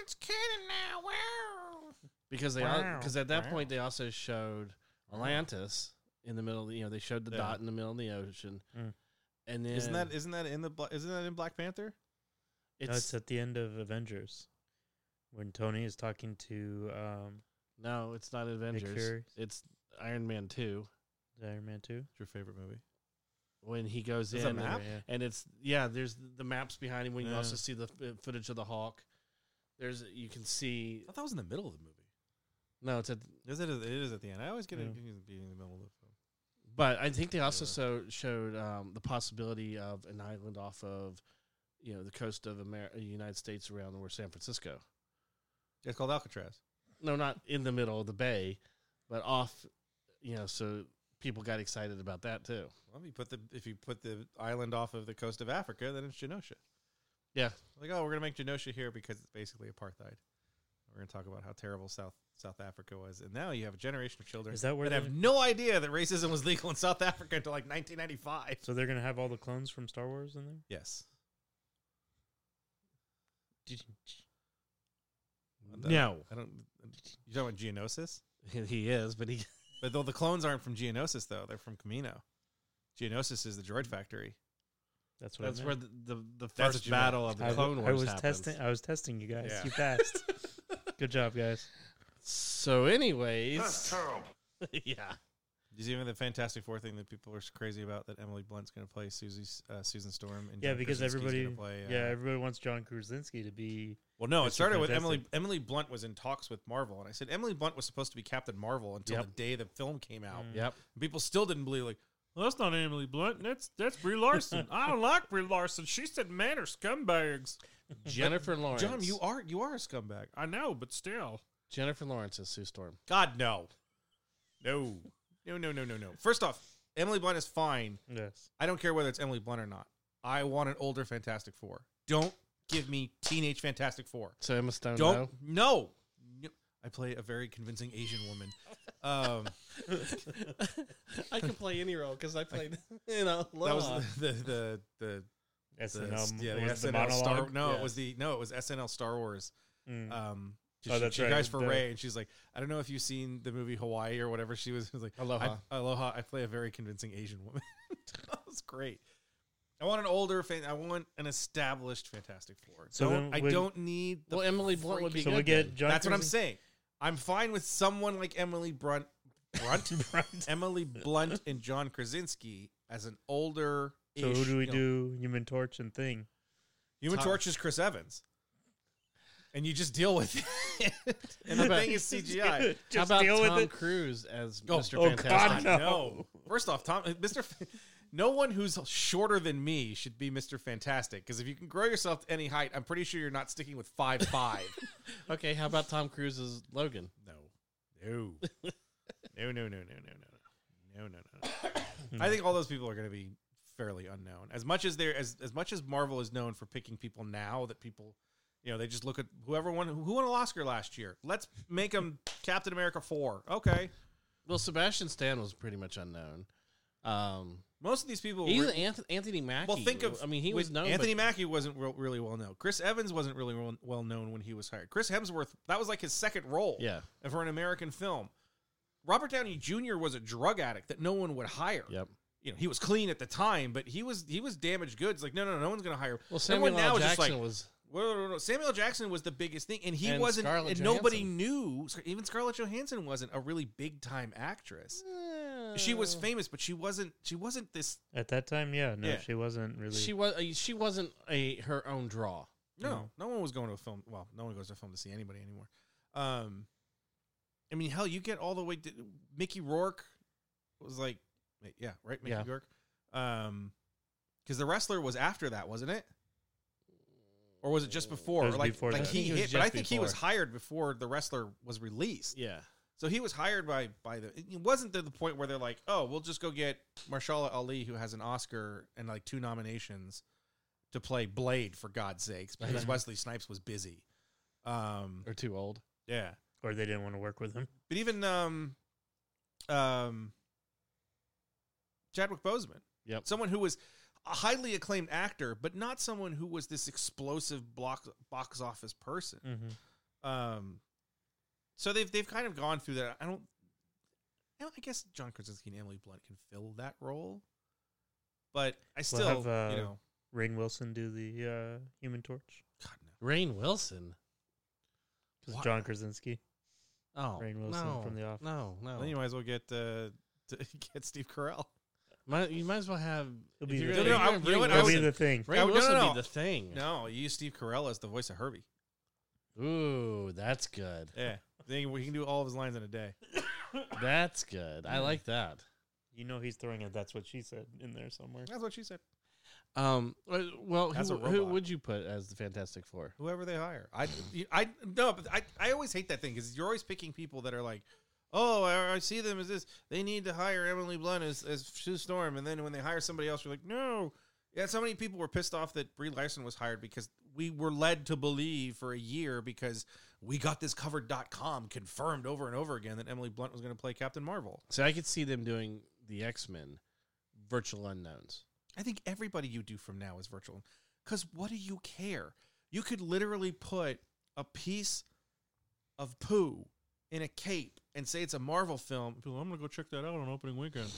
B: it's canon now. Wow.
A: because they
C: Wow.
A: because at that
B: Wow. Uh-huh.
A: point they also showed Atlantis in the middle. Of the, you know, they showed the
B: Yeah.
A: dot in the middle of the ocean,
C: Mm.
A: and then
B: Isn't that isn't that in the Bla- isn't that in Black Panther?
A: it's,
C: no, it's at the end of Avengers when Tony is talking to um,
A: no, it's not Avengers.
C: Fury.
A: It's Iron Man two
C: Iron Man two.
B: It's your favorite movie.
A: when he goes
B: There's
A: in
B: a
A: and-
B: map?
C: Yeah.
A: and it's yeah there's the maps behind him when you
B: Yeah.
A: also see the f- footage of the hawk there's you can see
B: I thought it was in the middle of the movie.
A: No, it's at.
B: Is it? It is at the end. I always get
C: Yeah.
B: it confused being in the middle of the film.
A: But I think they also
B: Yeah.
A: so showed um, the possibility of an island off of, you know, the coast of America, United States, around where San Francisco.
B: It's called Alcatraz.
A: No, not in the middle of the bay, but off. You know, so people got excited about that too. <laughs>
B: Well, if you put the if you put the island off of the coast of Africa, then it's Genosha.
A: Yeah.
B: Like, oh, we're gonna make Genosha here because it's basically apartheid. We're gonna talk about how terrible South South Africa was, and now you have a generation of children
C: Is that where
B: that
C: they
B: have no idea that racism was legal in South Africa until like 1995.
C: So they're gonna have all the clones from Star Wars in there.
B: Yes.
A: No.
B: I don't. You talking about Geonosis?
A: he is, but he <laughs>
B: But though the clones aren't from Geonosis, though they're from Camino. Geonosis is the droid factory.
C: That's what.
A: that's
C: I
A: where
C: meant.
A: the the, the
B: That's what
A: first
B: you meant.
A: battle of the
C: I,
A: Clone Wars
C: I was
A: happens.
C: testing. I was testing you guys.
B: Yeah.
C: You passed.
B: <laughs>
C: Good job, guys.
A: So, anyways, <laughs>
B: <laughs>
A: that's terrible. yeah,
B: Did you see the Fantastic Four thing that people are s- crazy about that Emily Blunt's going to play Susie, S- uh, Susan Storm? And
C: yeah,
B: John
C: because
B: Krasinski's
C: everybody.
B: gonna play, uh,
C: yeah, everybody wants John Krasinski to be.
B: Well, no, it
C: Mr.
B: started with
C: Fantastic.
B: Emily. Emily Blunt was in talks with Marvel, and I said Emily Blunt was supposed to be Captain Marvel until
A: Yep.
B: the day the film came out.
C: Mm.
A: yep.
B: And people still didn't believe. Like,
D: Well, that's not Emily Blunt. That's that's Brie Larson.
C: <laughs>
D: I don't like Brie Larson. She said men are scumbags.
A: Jennifer Lawrence.
B: John, you are you are a scumbag.
D: I know, but still.
A: Jennifer Lawrence is Sue Storm.
B: God no, no, no, no, no, no, no. First off, Emily Blunt is fine.
C: Yes.
B: I don't care whether it's Emily Blunt or not. I want an older Fantastic Four. Don't give me teenage Fantastic Four.
A: So Emma Stone.
B: Don't no. No. I play a very convincing Asian
C: <laughs>
B: woman. Um,
A: <laughs> I can play any role because I played, you know,
B: that was the the the, the,
C: SNL.
B: the yeah the
C: was the
B: SNL Star.
C: monologue.
B: No,
A: Yeah.
B: it was the no, it was SNL Star Wars.
C: Mm.
B: Um,
C: Oh,
B: she,
C: that's
B: she
C: right,
B: cries for
C: the-
B: Ray, and she's like, "I don't know if you've seen the movie Hawaii or whatever." She was, <laughs> was like,
A: Aloha.
B: I, Aloha. I play a very convincing Asian woman. <laughs> that was great. I want an older fan. I want an established Fantastic Four.
C: So
B: don't,
C: then
B: I
C: when-
B: don't need. The
A: well, Emily Blunt would be
C: so
A: good.
C: we get John.
B: that's what I'm
C: Krasinski-
B: saying. I'm fine with someone like Emily Brunt,
C: <laughs>
B: Brunt, Emily Blunt, and John Krasinski as an older.
C: So who do we do? Human Torch and Thing.
B: Human
A: Tom-
B: Torch is Chris Evans. And you just deal with it. <laughs> and the
A: about-
B: thing is CGI.
A: How
C: <laughs> Just
A: about
C: deal
A: Tom
C: with it.
A: Cruise as
B: Oh,
A: Mr.
C: oh,
A: Fantastic?
C: God,
B: No. First off, Tom, <laughs> Mr. F- no one who's shorter than me should be Mr. Fantastic because if you can grow yourself to any height, I'm pretty sure you're not sticking with five five.
A: Okay, how about Tom Cruise as Logan?
B: <laughs> no, no, no, no, no, no, no, no, no, no, no, no. I think all those people are going to be fairly unknown. As much as they're as as much as Marvel is known for picking people now that people. You know, they just look at whoever won who won an Oscar last year. Let's make them Captain America four. Okay,
A: Well, Sebastian Stan was pretty much unknown. Um,
B: most of these people were-
A: even Anth- Anthony Mackie.
B: Well, think of
A: I mean, he
B: with-
A: was known.
B: Anthony
A: but-
B: Mackie wasn't real, really well known. Chris Evans wasn't really well, well known when he was hired. Chris Hemsworth that was like his second role
A: Yeah.
B: for an American film. Robert Downey Jr. was a drug addict that no one would hire.
A: Yep.
B: You know, he was clean at the time, but he was he was damaged goods. Like no, no, no one's going to hire.
A: Well,
B: Everyone
A: Samuel L.
B: is
A: Jackson
B: just like,
A: was.
B: "Whoa, no, no, no." Samuel Jackson was the biggest thing, and he
A: And
B: wasn't.
A: Scarlett
B: and nobody
A: Johansson.
B: knew. Even Scarlett Johansson wasn't a really big time actress. uh, She was
A: Uh.
B: famous, but she wasn't. She wasn't this.
C: At that time, yeah, no,
B: Yeah.
C: she wasn't really.
A: She was. uh, She wasn't a her own draw.
B: No, no one was going to a film. Well, no one goes to a film to see anybody anymore. Um, I mean, hell, you get all the way to Mickey Rourke was like, yeah, right, Mickey
A: Yeah.
B: Rourke. Um, because the wrestler was after that, wasn't it? Or was it just before?
C: It was
B: Or like,
C: before
B: like
C: that.
A: I
B: he
A: think it was
B: hit, but I
A: just
B: think he was
A: before.
B: hired before the wrestler was released.
A: Yeah.
B: So he was hired by by the. It wasn't to the point where they're like, oh, we'll just go get Marshala Ali, who has an Oscar and like two nominations, to play Blade for God's sakes, because Wesley Snipes was busy. Um,
A: Or too old.
B: yeah,
C: or they didn't want to work with him.
B: but even um, um, Chadwick Boseman,
A: Yep.
B: someone who was a highly acclaimed actor, but not someone who was this explosive block box office person.
C: Mm-hmm.
B: Um, so they've they've kind of gone through that. I don't. I don't- I guess John Krasinski and Emily Blunt can fill that role, but I still,
C: have, uh,
B: you know,
C: Rain Wilson do the uh, Human Torch.
B: God no.
A: Rain Wilson.
C: 'Cause
A: Wha-
C: John Krasinski.
A: Oh,
C: Rainn Wilson
A: no,
C: from The Office.
A: No, no.
B: Then you might as well get uh, <laughs> to get Steve Carell.
A: might, you might as well have. if
C: He'll be
A: you're
C: the
A: gonna- if you're gonna
B: No, no, I-
C: thing.
B: you know
A: bring
B: what, I
C: He'll
B: was-
C: be
A: Wilson-
C: the thing.
A: Rainn
B: I- no,
A: Wilson
B: no, no.
A: be the thing.
B: No, you use Steve Carell as the voice of Herbie.
A: Ooh, that's good.
C: <laughs>
B: Yeah, Then he can do all of his lines in a day.
A: That's good.
B: Mm.
A: I like that.
C: You know he's throwing a "That's what she said" in there somewhere.
B: That's what she said.
A: Um. uh, Well,
B: As
A: who,
B: a
A: who
B: robot.
A: would you put as the Fantastic Four?
B: Whoever they hire, I, I no, but I, I always hate that thing because you're always picking people that are like, oh, I, I see them as this. They need to hire Emily Blunt as as Sue Storm, and then when they hire somebody else, you're like, no. Yeah, so many people were pissed off that Brie Larson was hired because we were led to believe for a year because we got this covered.com confirmed over and over again that Emily Blunt was going to play Captain Marvel.
A: So I could see them doing the X Men, Virtual Unknowns.
B: I think everybody you do from now is virtual. Because what do you care? You could literally put a piece of poo in a cape and say it's a Marvel film.
D: People, I'm gonna go check that out on opening weekend.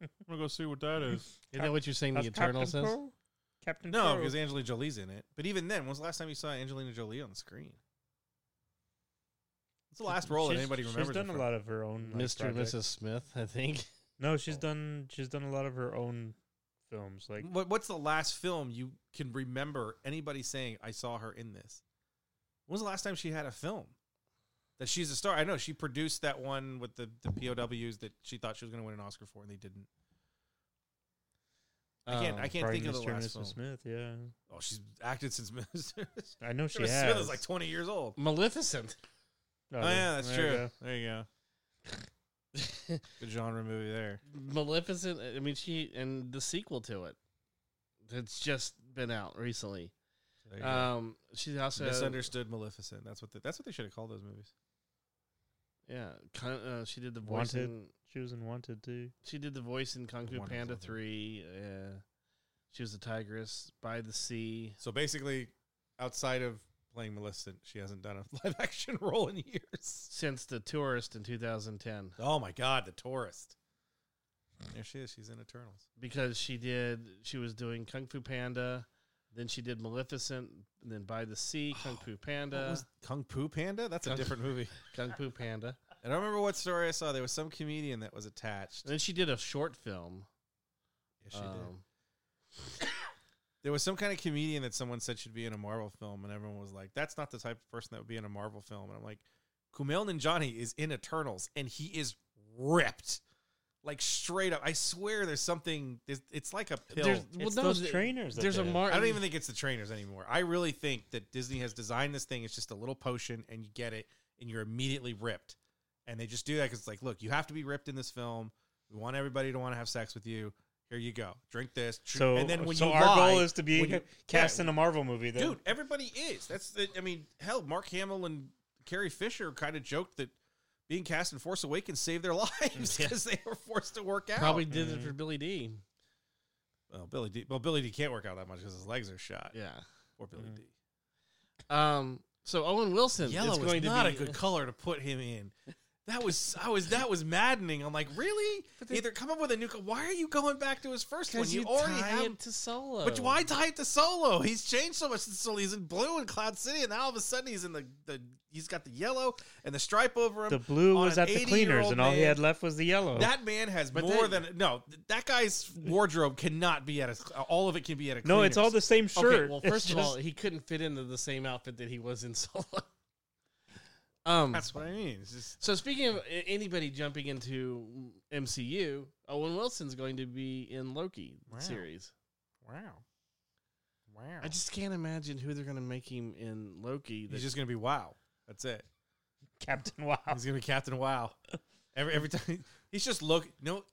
D: I'm gonna go see what that is.
A: <laughs> Isn't that what you're saying? The
C: Of
A: Eternals
C: Captain
A: is.
C: Crow? Captain
B: No,
C: Crow.
B: because Angelina Jolie's in it. But even then, when's the last time you saw Angelina Jolie on the screen? It's the last role that
C: She's-
B: anybody remembers.
C: She's done a lot of her own like,
A: Mr. and
C: projects.
A: Mrs. Smith, I think. <laughs>
C: No, she's done. She's done a lot of her own films. Like
B: What, what's the last film you can remember anybody saying I saw her in this? When was the last time she had a film that she's a star? I know she produced that one with the, the POWs that she thought she was going to win an Oscar for, and they didn't. I can't. I
A: Um,
B: can't
C: uh, probably
B: think of the
C: Mr. and
B: last
C: Mrs.
B: film.
C: Smith. Yeah,
B: Oh, she's acted since <laughs> Mrs.
C: I know she
B: Smith
C: has.
B: is like twenty years old.
A: Maleficent. <laughs>
C: Oh,
B: Oh yeah, that's
C: there you
B: true.
C: go.
B: There you go. Good genre movie there.
A: Maleficent. I mean, she and the sequel to it. It's just been out recently.
B: There you go.
A: Um, she's also
B: Misunderstood Maleficent. That's what. The, that's what they should have called those movies.
A: Yeah, con- uh, she did the voice.
C: Wanted.
A: In,
C: She was in Wanted too.
A: she did the voice in Kung Fu
B: Wanted
A: Panda
B: something.
A: Three. Uh, she was the tigress by the sea.
B: So basically, outside of playing Maleficent, she hasn't done a <laughs> live action role in years.
A: Since the tourist in 2010,
B: Oh my God, the tourist. There she is. She's in Eternals.
A: because she did, she was doing Kung Fu Panda, then she did Maleficent, and then by the
B: <gasps>
A: sea, Kung Fu
B: What
A: Panda,
B: was Kung Poo Panda? That's a
A: uh, Kung-
B: different movie.
A: Kung Fu Panda.
B: I don't remember what story I saw. There was some comedian that was attached.
A: And then she did a short film.
B: Yes, she did.
A: um,
B: There was some kind of comedian that someone said should be in a Marvel film, and everyone was like, "That's not the type of person that would be in a Marvel film." And I'm like, Kumail Nanjiani is in Eternals, and he is ripped, like straight up. I swear, there's something. There's, it's like a pill.
A: There's, well,
C: It's
A: no,
C: those
A: th-
C: trainers. that
A: There's a
C: they have.
A: Mar-
B: I don't even think it's the trainers anymore. I really think that Disney has designed this thing. It's just a little potion, and you get it, and you're immediately ripped. And they just do that because it's like, look, you have to be ripped in this film. We want everybody to want to have sex with you. Here you go. Drink this. Tr-
C: So,
B: and then when
C: so
B: you
C: our
B: lie-
C: goal is to be
B: when you-
C: <laughs> cast
B: yeah.
C: in a Marvel movie. Then.
B: dude, everybody is. That's the, I mean, hell, Mark Hamill and Carrie Fisher kind of joked that being cast in Force Awakens saved their <laughs> lives because they were forced to work out. Mm-hmm.
A: probably did it for Billy D.
B: Well, Billy D. Well, Billy D. can't work out that much because his legs are shot.
A: Yeah.
B: Or Billy
C: Mhm.
B: D.
A: Um. So Owen Wilson
B: Yellow
A: is going
B: is
A: to
B: not
A: be
B: a good color to put him in. That was I was that was maddening. I'm like, really? Either come up with a new. co- Why are you going back to his first one?
A: because
B: You,
A: you,
B: already
A: tie
B: have.
A: it to solo.
B: But why tie it to Solo? He's changed so much since Solo. He's in blue in Cloud City, and now all of a sudden he's in the, the he's got the yellow and the stripe over him.
C: the blue
B: on
C: was
B: an
C: at the
B: 80-year-old
C: cleaners, and all he
B: man.
C: had left was the yellow.
B: that man has
A: But
B: more
A: they-
B: than no. th- That guy's wardrobe cannot be at a. All of it can be at a.
C: no, it's all
B: cleaners.
C: the same
A: Okay,
C: shirt.
A: well,
C: It's
A: first of all,
C: just-
A: he couldn't fit into the same outfit that he was in <laughs> solo. um.
B: That's what I mean. It's just
A: so speaking of a- anybody jumping into MCU, Owen Wilson's going to be in Loki
D: Wow.
A: series.
D: Wow. Wow.
A: I just can't imagine who they're going to make him in Loki. that-
B: he's just gonna be wow. That's it.
C: <laughs> Captain Wow.
B: <laughs> He's gonna be Captain Wow. Every every time <laughs> he's just Loki. No,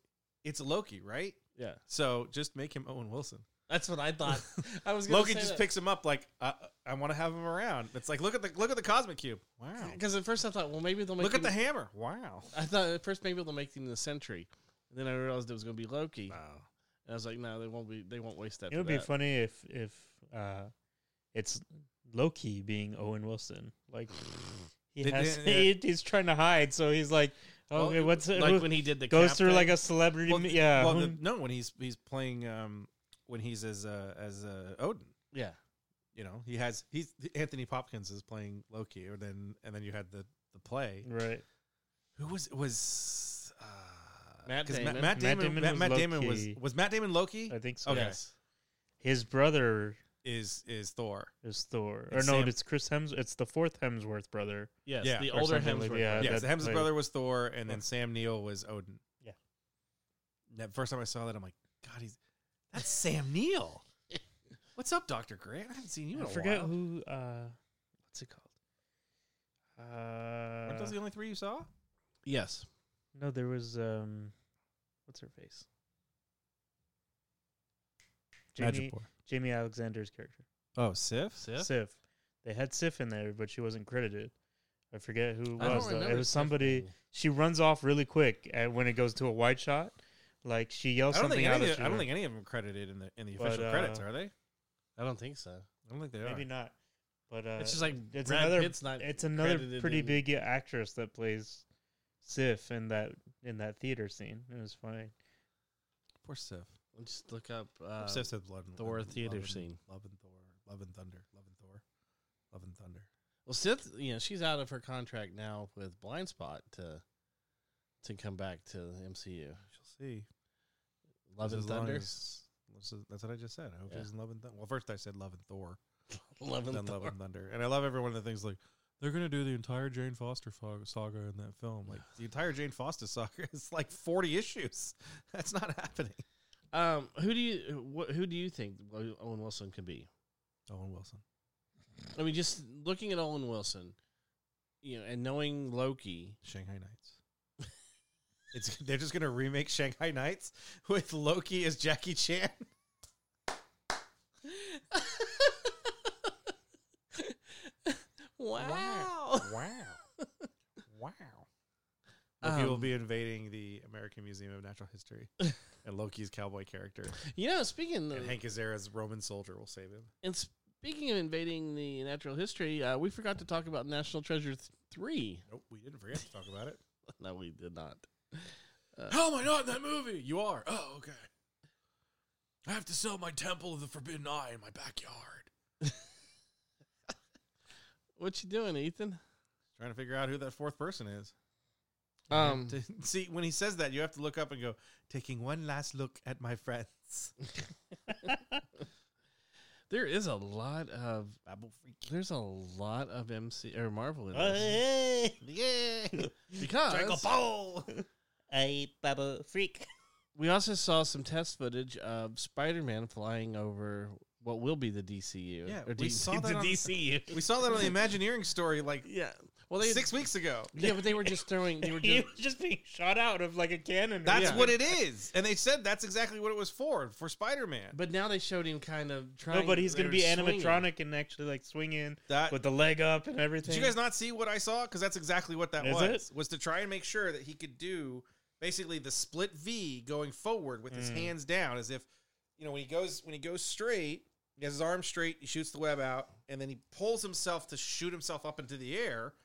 B: it's Loki, right?
A: yeah,
B: So just make him Owen Wilson.
A: that's what I <laughs> thought. I was gonna
B: Loki
A: say
B: just
A: that.
B: picks him up like I, I want to have him around. It's like look at the look at the cosmic cube. Wow.
A: because at first I thought, well, maybe they'll make
B: Look at
A: him-
B: the hammer. Wow.
A: I thought at first maybe they'll make him the Sentry. Then I realized it was going to be Loki,
B: Wow.
A: and I was like, no, they won't be. They won't waste that.
C: It
A: for
C: would be
A: that.
C: funny if if uh, it's Loki being Owen Wilson.
B: <sighs>
C: Like he
B: They-
C: has,
B: they- yeah.
C: <laughs> he- he's trying to hide, so he's like, okay,
B: Well,
C: what's it?
A: Like
C: who-
A: when he did the
C: goes through
A: captain.
C: like a celebrity,
B: Well,
C: mi- yeah.
B: well,
C: who-
B: the- no, when he's he's playing um when he's as uh, as uh, Odin.
A: yeah.
B: You know he has he's Anthony Popkins is playing Loki, or then and then you had the the play.
C: right,
B: Who was was uh,
A: Matt
B: 'cause
A: Damon.
B: Matt Damon. Matt Damon,
C: Matt Damon
B: Matt,
C: Uh,
B: Matt
C: was
B: Damon was
C: Loki.
B: was Matt Damon Loki.
C: I think so.
B: Okay.
A: Yes.
C: His brother
B: is is Thor.
C: Is Thor?
B: And
C: or no,
B: Sam-
C: it's Chris Hems. It's the fourth Hemsworth brother.
A: Yes,
B: Yeah.
A: the
C: Or
A: older
C: something like-
A: Hemsworth.
C: yeah. Uh,
B: yes,
C: that
B: the Hemsworth
C: played-
B: brother was Thor, and then
C: Yeah.
B: Sam Neill was Odin.
C: Yeah.
B: That first time I saw that, I'm like, God, he's that's
A: <laughs>
B: Sam Neill. What's up, Doctor Gray? I haven't seen you in
C: I
B: a
C: forget
B: while.
C: who. Uh, what's it called? Uh,
B: Aren't those the only three you saw? Yes.
C: no, there was um, what's her face? Jamie, Jamie Alexander's character,
B: Oh, Sif.
A: Sif?
C: Sif. They had Sif in there, but she wasn't credited. I forget who it
A: I don't
C: was though. It
A: remember
C: was
A: Sif.
C: somebody. She runs off really quick uh when it goes to a wide shot. Like she yells
B: I don't
C: something
B: think
C: out
B: any.
C: at
B: Of,
C: you.
B: I don't think any of them credited in the in the
C: But,
B: official credits,
C: uh,
B: are they? I
A: I don't think so.
B: don't think they
C: maybe
B: are.
C: not. But uh,
A: it's just like
C: it's
A: Brad
C: another-
A: Pitt's not.
C: it's another
A: credited
C: pretty
A: in-
C: big actress that plays Sif in that in that theater scene. It was funny.
B: Poor Sif.
A: Just look up.
C: Oh,
A: Uh,
B: Sif said blood. and-
A: Thor
B: love and-
A: theater
B: love and-
A: scene.
B: Love and Thor. Love and thunder. Love and Thor. Love and thunder.
A: well, Sith, you know, she's out of her contract now with Blind Spot to to come back to the MCU.
B: She'll see.
A: Love and
B: As long
A: Thunder.
B: as- that's that's what I just said. I hope
A: Yeah.
B: she's in Love and Thunder. Well, first I said Love and Thor.
A: <laughs> Love
B: than
A: and Thunder.
B: Love and Thunder. And I love every one of the things like they're gonna do the entire Jane Foster fo- saga in that film. Like the entire Jane Foster saga <laughs> is like forty issues. <laughs> That's not happening.
A: Um, who do you wh- who do you think Owen Wilson could be?
B: Owen Wilson.
A: I mean, just looking at Owen Wilson, you know, and knowing Loki,
B: Shanghai Nights.
A: <laughs>
B: it's they're just gonna remake Shanghai Nights with Loki as Jackie Chan.
A: <laughs> wow.
B: Wow. Wow. Loki
A: Um,
B: will be invading the American Museum of Natural <laughs> History. and Loki's cowboy character.
A: You know, speaking
B: And
A: of,
B: Hank Azara's Roman soldier will save him.
A: and speaking of invading the natural history, uh, we forgot to talk about National Treasure th- three.
B: Nope, we didn't forget to talk about it.
A: <laughs> No, we did not.
B: <laughs> How am I not in that movie? You are. Oh, okay. I have to sell my Temple of the Forbidden Eye in my backyard.
A: What you doing, Ethan?
B: Trying to figure out who that fourth person is. <laughs>
A: Um,
B: To- see, when he says that, you have to look up and go, taking one last look at my friends.
A: there is a lot of there's a lot of MC or Marvel in this
C: Oh, Hey, <laughs>
B: Yeah.
A: eh, because
B: Ball.
C: I bubble
B: <laughs>
C: freak.
A: we also saw some test footage of Spider-Man flying over what will be the DCU.
B: Yeah,
A: or
B: we <laughs> saw that
A: the
B: on-
A: DCU.
B: We saw that on the Imagineering story like
A: yeah. Well, they
B: six weeks ago.
A: Yeah, but they were just throwing. <laughs>
C: <laughs>
A: They were
C: He
A: just
C: was just being shot out of like a cannon. or
B: That's
A: Yeah.
C: something.
B: what it is. And they said that's exactly what it was for, for Spider Man.
A: But now they showed him kind of trying.
C: No, but he's
A: they
C: gonna
A: were
C: be
A: swinging.
C: animatronic and actually like swinging
B: That
C: with the leg up and
B: Did
C: everything.
B: you guys not see what I saw? Because that's exactly what that
C: Is
B: was. Was to try and make sure that he could do basically the split V going forward with his
C: Mm.
B: hands down, as if you know when he goes when he goes straight, he has his arm straight, he shoots the web out, and then he pulls himself to shoot himself up into the air.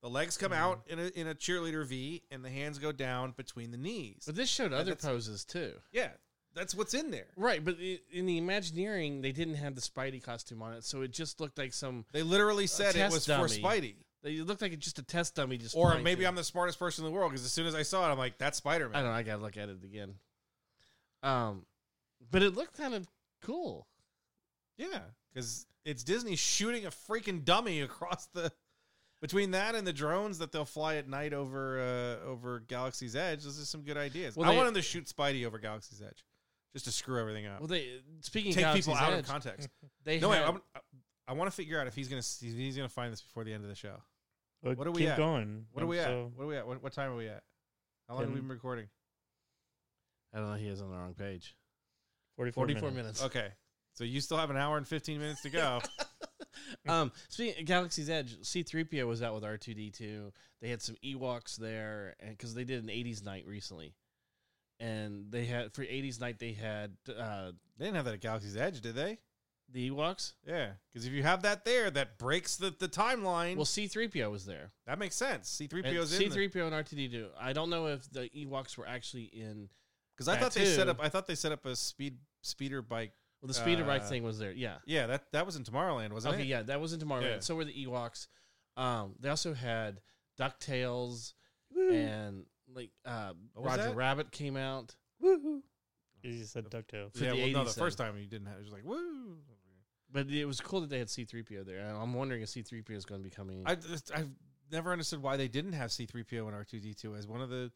B: The legs come
A: Mm.
C: Mhm.
B: out in a, in a cheerleader V, and the hands go down between the knees.
A: But this showed other
B: that's-
A: poses too.
B: yeah, that's what's in there.
A: Right, but i- in the Imagineering, they didn't have the Spidey costume on it, so it just looked like some.
B: They literally said it
A: test
B: was for
A: dummy.
B: Spidey.
A: It looked like just a test dummy. Just
B: Or
A: flying
B: maybe
A: through.
B: I'm the smartest person in the world because as soon as I saw it, I'm like, that's Spider
A: I
B: Man.
A: don't. know. I gotta look at it again. Um, but it looked kind of cool.
B: Yeah, because it's Disney shooting a freaking dummy <laughs> across the between that and the drones that they'll fly at night over uh, over Galaxy's Edge. Those are some good ideas.
A: Well,
B: I
A: they-
B: want them to shoot Spidey over Galaxy's Edge, just to screw everything up,
A: Well, they speaking
B: take
A: of
B: people
A: Galaxy's
B: out
A: Edge,
B: of context.
A: They
B: no, wait,
A: had-
B: I'm, I, I want to figure out if he's gonna if he's gonna find this before the end of the show.
C: But
B: What are we
C: keep
B: at?
C: going.
B: What are we at?
C: So-
B: What are we at? What, what time are we at? How long have we
C: Ten-
B: been recording?
A: I don't know. He is on the wrong page.
C: 44,
A: Forty-four
C: minutes.
A: minutes. Oh,
B: Okay, so you still have an hour and fifteen minutes
A: <laughs>
B: to go. Mm.
A: Um, speaking of Galaxy's Edge, C3PO was out with R2D2. They had some Ewoks there and because they did an 80s night recently. And they had for 80s night they had uh
B: they didn't have that at Galaxy's Edge, did they?
A: the Ewoks.
B: Yeah, because if you have that there, that breaks the, the timeline.
A: Well, C3PO was there.
B: That makes sense. C three
A: And
B: PO's in
A: C3PO and R2D2. I don't know if the Ewoks were actually in
B: because I
A: that
B: thought they set
A: too.
B: up. I thought they set up a speed speeder bike.
A: well, the speeder bike
B: Uh,
A: thing was there. Yeah.
B: Yeah, that that was in Tomorrowland, wasn't
A: Okay,
B: it?
A: Oh, yeah, that was in Tomorrowland.
B: Yeah.
A: So were the Ewoks. Um, they also had DuckTales and like uh,
B: What was
A: Roger
B: that?
A: Rabbit came out.
C: Woo-hoo. You just said DuckTales.
A: for
B: yeah.
A: the
B: well, no, the
A: 80s
B: first time you didn't have. It was like woo.
A: But it was cool that they had C3PO there. I- I'm wondering if C3PO is going to be coming.
B: I just, I've never understood why they didn't have C3PO and R2D2 as one of the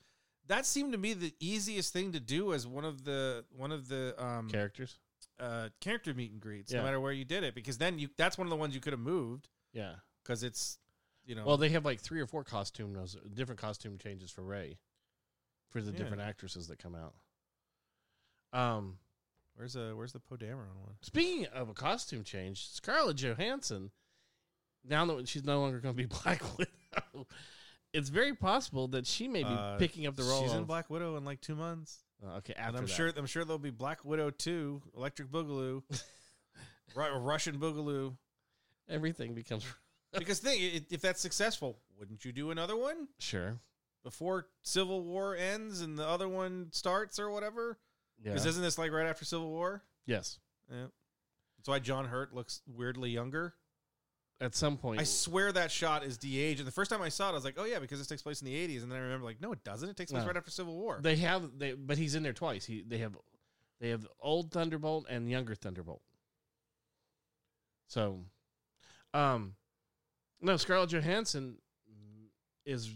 B: that seemed to me the easiest thing to do as one of the one of the um
A: characters.
B: uh character meet and greets
A: Yeah.
B: no matter where you did it because then you that's one of the ones you could have moved
A: Yeah.
B: cuz it's you know
A: Well, they have like three or four costume those different costume changes for Ray, for the
B: Yeah.
A: different actresses that come out. Um,
B: where's the where's the Podameron one
A: speaking of a costume change, Scarlett Johansson, now that she's no longer going to be <laughs> Black Widow, it's very possible that she may be
B: Uh,
A: picking up the role.
B: She's in
A: of-
B: Black Widow in like 2 months
A: Oh, okay,
B: and
A: after
B: I'm
A: that.
B: sure I'm sure there'll be Black Widow 2 Electric
A: <laughs>
B: Boogaloo Ru- Russian Boogaloo
A: everything becomes <laughs>
B: because think if that's successful wouldn't you do another one
A: sure.
B: before Civil War ends and the other one starts or whatever.
A: Yeah.
B: Because isn't this like right after Civil War?
A: yes.
B: Yeah. That's why John Hurt looks weirdly younger.
A: At some point,
B: I swear that shot is de-age. And the first time I saw it, I was like, oh yeah, because this takes place in the 80s. And then I remember like, no, it doesn't. It takes place
A: No.
B: right after Civil War.
A: they have they, but he's in there twice. He they have they have old Thunderbolt and younger Thunderbolt. So, um, no, Scarlett Johansson is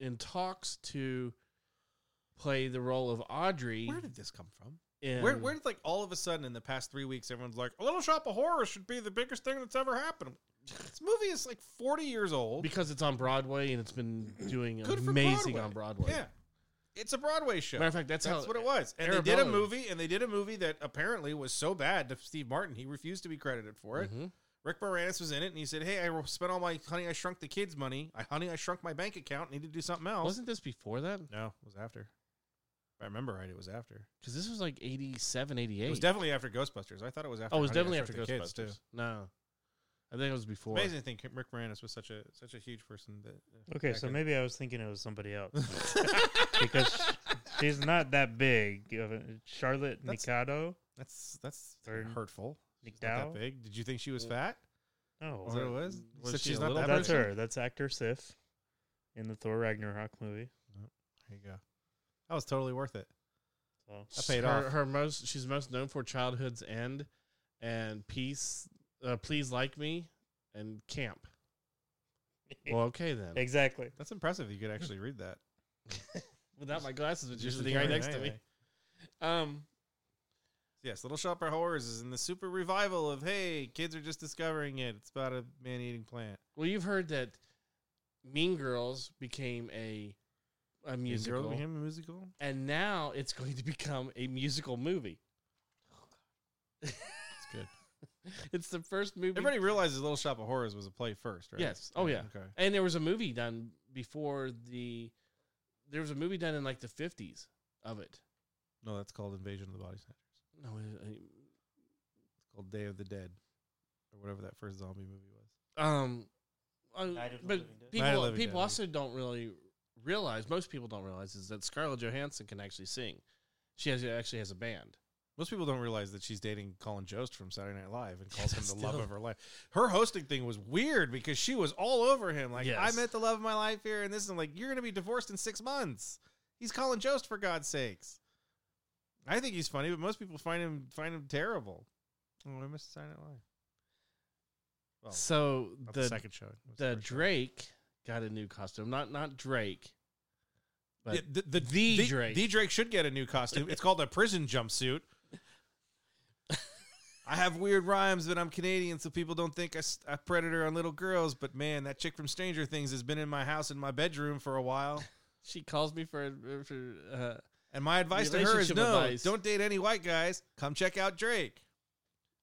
A: in talks to play the role of Audrey.
B: where did this come from?
A: in,
B: Where, where did like all of a sudden in the past three weeks, everyone's like, a little shop of horror should be the biggest thing that's ever happened. This movie is like 40 years old.
A: because it's on Broadway and it's
B: <clears throat>
A: been doing
B: Good for
A: amazing
B: Broadway.
A: on Broadway.
B: yeah. It's a Broadway show.
A: Matter of fact, that's,
B: That's
A: how
B: what it was. And they did a
A: Arabella-
B: movie, and they did a movie that apparently was so bad to Steve Martin, he refused to be credited for it.
A: Mhm.
B: Rick Moranis was in it, and he said, "Hey, I spent all my Honey I Shrunk the Kids money. I Honey I Shrunk my bank account. Need to do something else."
A: Wasn't this before that?
B: no, it was after. If I remember right, it was after.
A: Because this was like 87, 88.
B: It was definitely after Ghostbusters. I thought it was after.
A: oh, it was
B: Honey,
A: definitely
B: I
A: after
B: Shrunk the Kids,
A: Ghostbusters. no, I think it was
B: too.
A: before.
B: Amazing thing, Rick Moranis was such a such a huge person. That uh,
C: Okay,
B: back
C: so
B: in-
C: maybe I was thinking it was somebody else
B: <laughs>
C: because she's not that big. of a- Charlotte
B: That's-
C: Mikado.
B: that's that's
C: Or
B: hurtful. She's
C: McDowell?
B: Not that big. Did you think she was fat?
C: Oh,
B: Is that what it was?
A: Was
B: Said
A: she
B: she's
A: a
B: not
A: little
B: that
A: bit?
C: that's
B: big?
C: her. That's actor Sif in the Thor Ragnarok movie.
B: There you go. That was totally worth it.
C: So
B: I paid
A: her,
B: off.
A: Her most, she's most known for Childhood's End and Peace, uh, Please Like Me, and Camp. Well, okay then.
C: <laughs> exactly.
B: That's impressive. You could actually
A: <laughs>
B: read that.
A: Without my glasses, but you're
B: Usually
A: sitting right
B: can't
A: next to
B: read
A: me.
B: anything.
A: Um,
B: Yes, Little Shop of Horrors is in the super revival of hey, kids are just discovering it. It's about a man eating plant.
A: well, you've heard that Mean Girls became a a
B: Is there
A: musical,
B: a musical?
A: and now it's going to <laughs> become a musical movie. It's <laughs>
B: good.
A: it's the first movie.
B: Everybody realizes Little Shop of Horrors was a play first, right?
A: Yes. Oh, yeah.
B: Okay.
A: And there was a movie done before the. There was a movie done in like the fifties of it.
B: No, that's called Invasion of the Body Snatchers.
A: No, I-
B: It's called Day of the Dead, or whatever that first zombie movie was.
A: um, uh,
C: Night of the
A: but
C: Living Dead.
B: Night of the
A: people
B: Living
A: people
B: Dead.
A: also don't really realize. Most people don't realize is that Scarlett Johansson can actually sing. She has actually has a band.
B: Most people don't realize that she's dating Colin Jost from Saturday Night Live
A: <laughs>
B: and calls him the love
A: Still.
B: of her life. Her hosting thing was weird because she was all over him. Like,
A: Yes.
B: I met the love of my life here, and this and like, you're going to be divorced in six months. He's Colin Jost for God's sakes. I think he's funny, but most people find him find him terrible. Oh, I missed Saturday Night Live. Well,
A: so
B: not the,
A: the
B: second show. It was
A: the
B: first show.
A: Drake got a new costume. Not not Drake, but
B: Yeah, the, the,
A: the
B: the-
A: Drake.
B: The Drake should get a new costume. It's called a prison jumpsuit. I have weird rhymes, but I'm Canadian, so people don't think I, s- a predator on little girls. But man, that chick from Stranger Things has been in my house in my bedroom for a while.
A: she calls me for for. Uh,
B: And my advice to her is
A: Relationship
B: no,
A: advice.
B: don't date any white guys. Come check out Drake.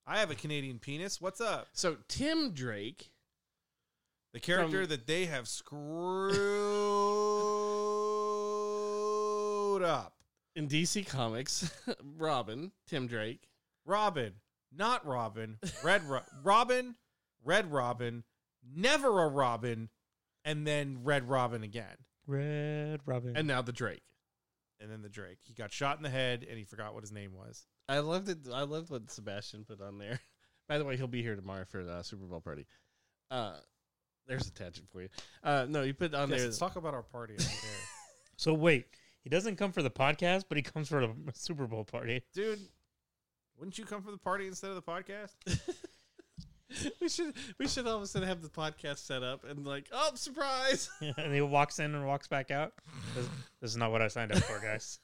B: I have a Canadian penis. What's up?
A: so Tim Drake.
B: The character
A: From-
B: that they have screwed up.
A: in DC Comics, <laughs> Robin, Tim Drake.
B: Robin, not Robin, Red Ro- Robin, Red Robin, never a Robin, and then Red Robin again.
C: Red Robin.
A: And now the Drake.
B: And then the Drake. He got shot in the head and he forgot what his name was.
A: I loved it. I loved what Sebastian put on there. <laughs> By the way, he'll be here tomorrow for the Super Bowl party. Uh, there's a tangent for you. Uh, no, you put on
B: Yes,
A: there.
B: let's talk about our party. over <laughs> there.
C: so wait, he doesn't come for the podcast, but he comes for the <laughs> Super Bowl party. <laughs>
B: Dude, wouldn't you come for the party instead of the podcast?
A: <laughs> we should we should all of a sudden have the podcast set up and like, oh surprise! <laughs>
C: and he walks in and walks back out. This, this is not what I signed up for, guys.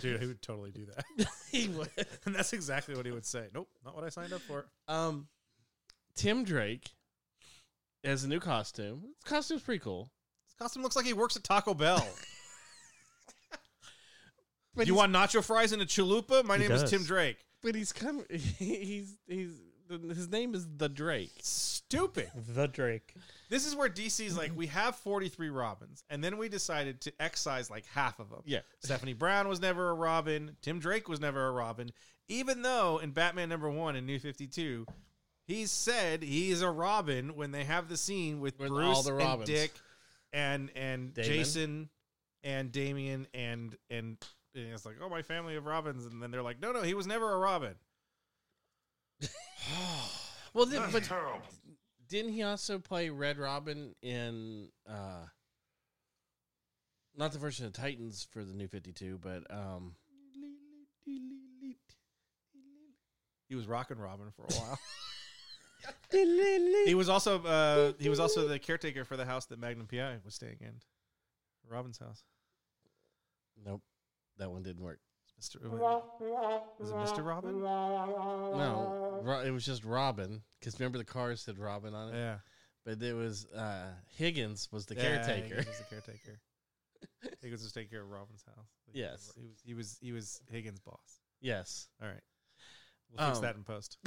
B: Dude, he would totally do that.
A: he would.
B: <laughs> and that's exactly what he would say. Nope, not what I signed up for.
A: Um, Tim Drake has a new costume. His costume's pretty cool.
B: This costume looks like he works at Taco <laughs> Bell.
A: But
B: you
A: he's-
B: want nacho fries and a chalupa? My
C: He
B: name is Tim
C: does.
B: Drake.
A: But he's <laughs> come. He's he's his name is the Drake.
B: Stupid.
C: <laughs> The Drake.
B: This is where
A: Mm-hmm.
B: DC's like, we have 43 Robins, and then we decided to excise like half of them.
A: Yeah.
B: Stephanie Brown was never a Robin. Tim Drake was never a Robin, even though in Batman number one in New 52, he said he's a Robin when they have the scene with
A: With
B: Bruce
A: all the
B: and
A: Robins.
B: Dick and and
C: Damon.
B: Jason and Damien and and, and it's like, oh, my family of Robins, and then they're like, no, no, he was never a Robin.
A: <sighs> Well, then, but didn't he also play Red Robin in uh, not the version of Titans for the New Fifty Two, but um,
B: He was rocking Robin for a while. He was also uh, he was also the caretaker for the house that Magnum PI was staying in, Robin's house.
A: <laughs> nope, that one didn't work.
B: Mr. Was it Mr. Robin?
A: No, Ro- it was just Robin because remember the cars said Robin on it,
B: Yeah,
A: but it was uh, Higgins was the
B: Yeah,
A: caretaker.
B: Higgins was the caretaker. Higgins was taking care of Robin's house.
A: Yes.
B: he was he was he was Higgins' boss.
A: <laughs> Yes. <laughs>
B: All right, we'll fix
A: Um,
B: that in post.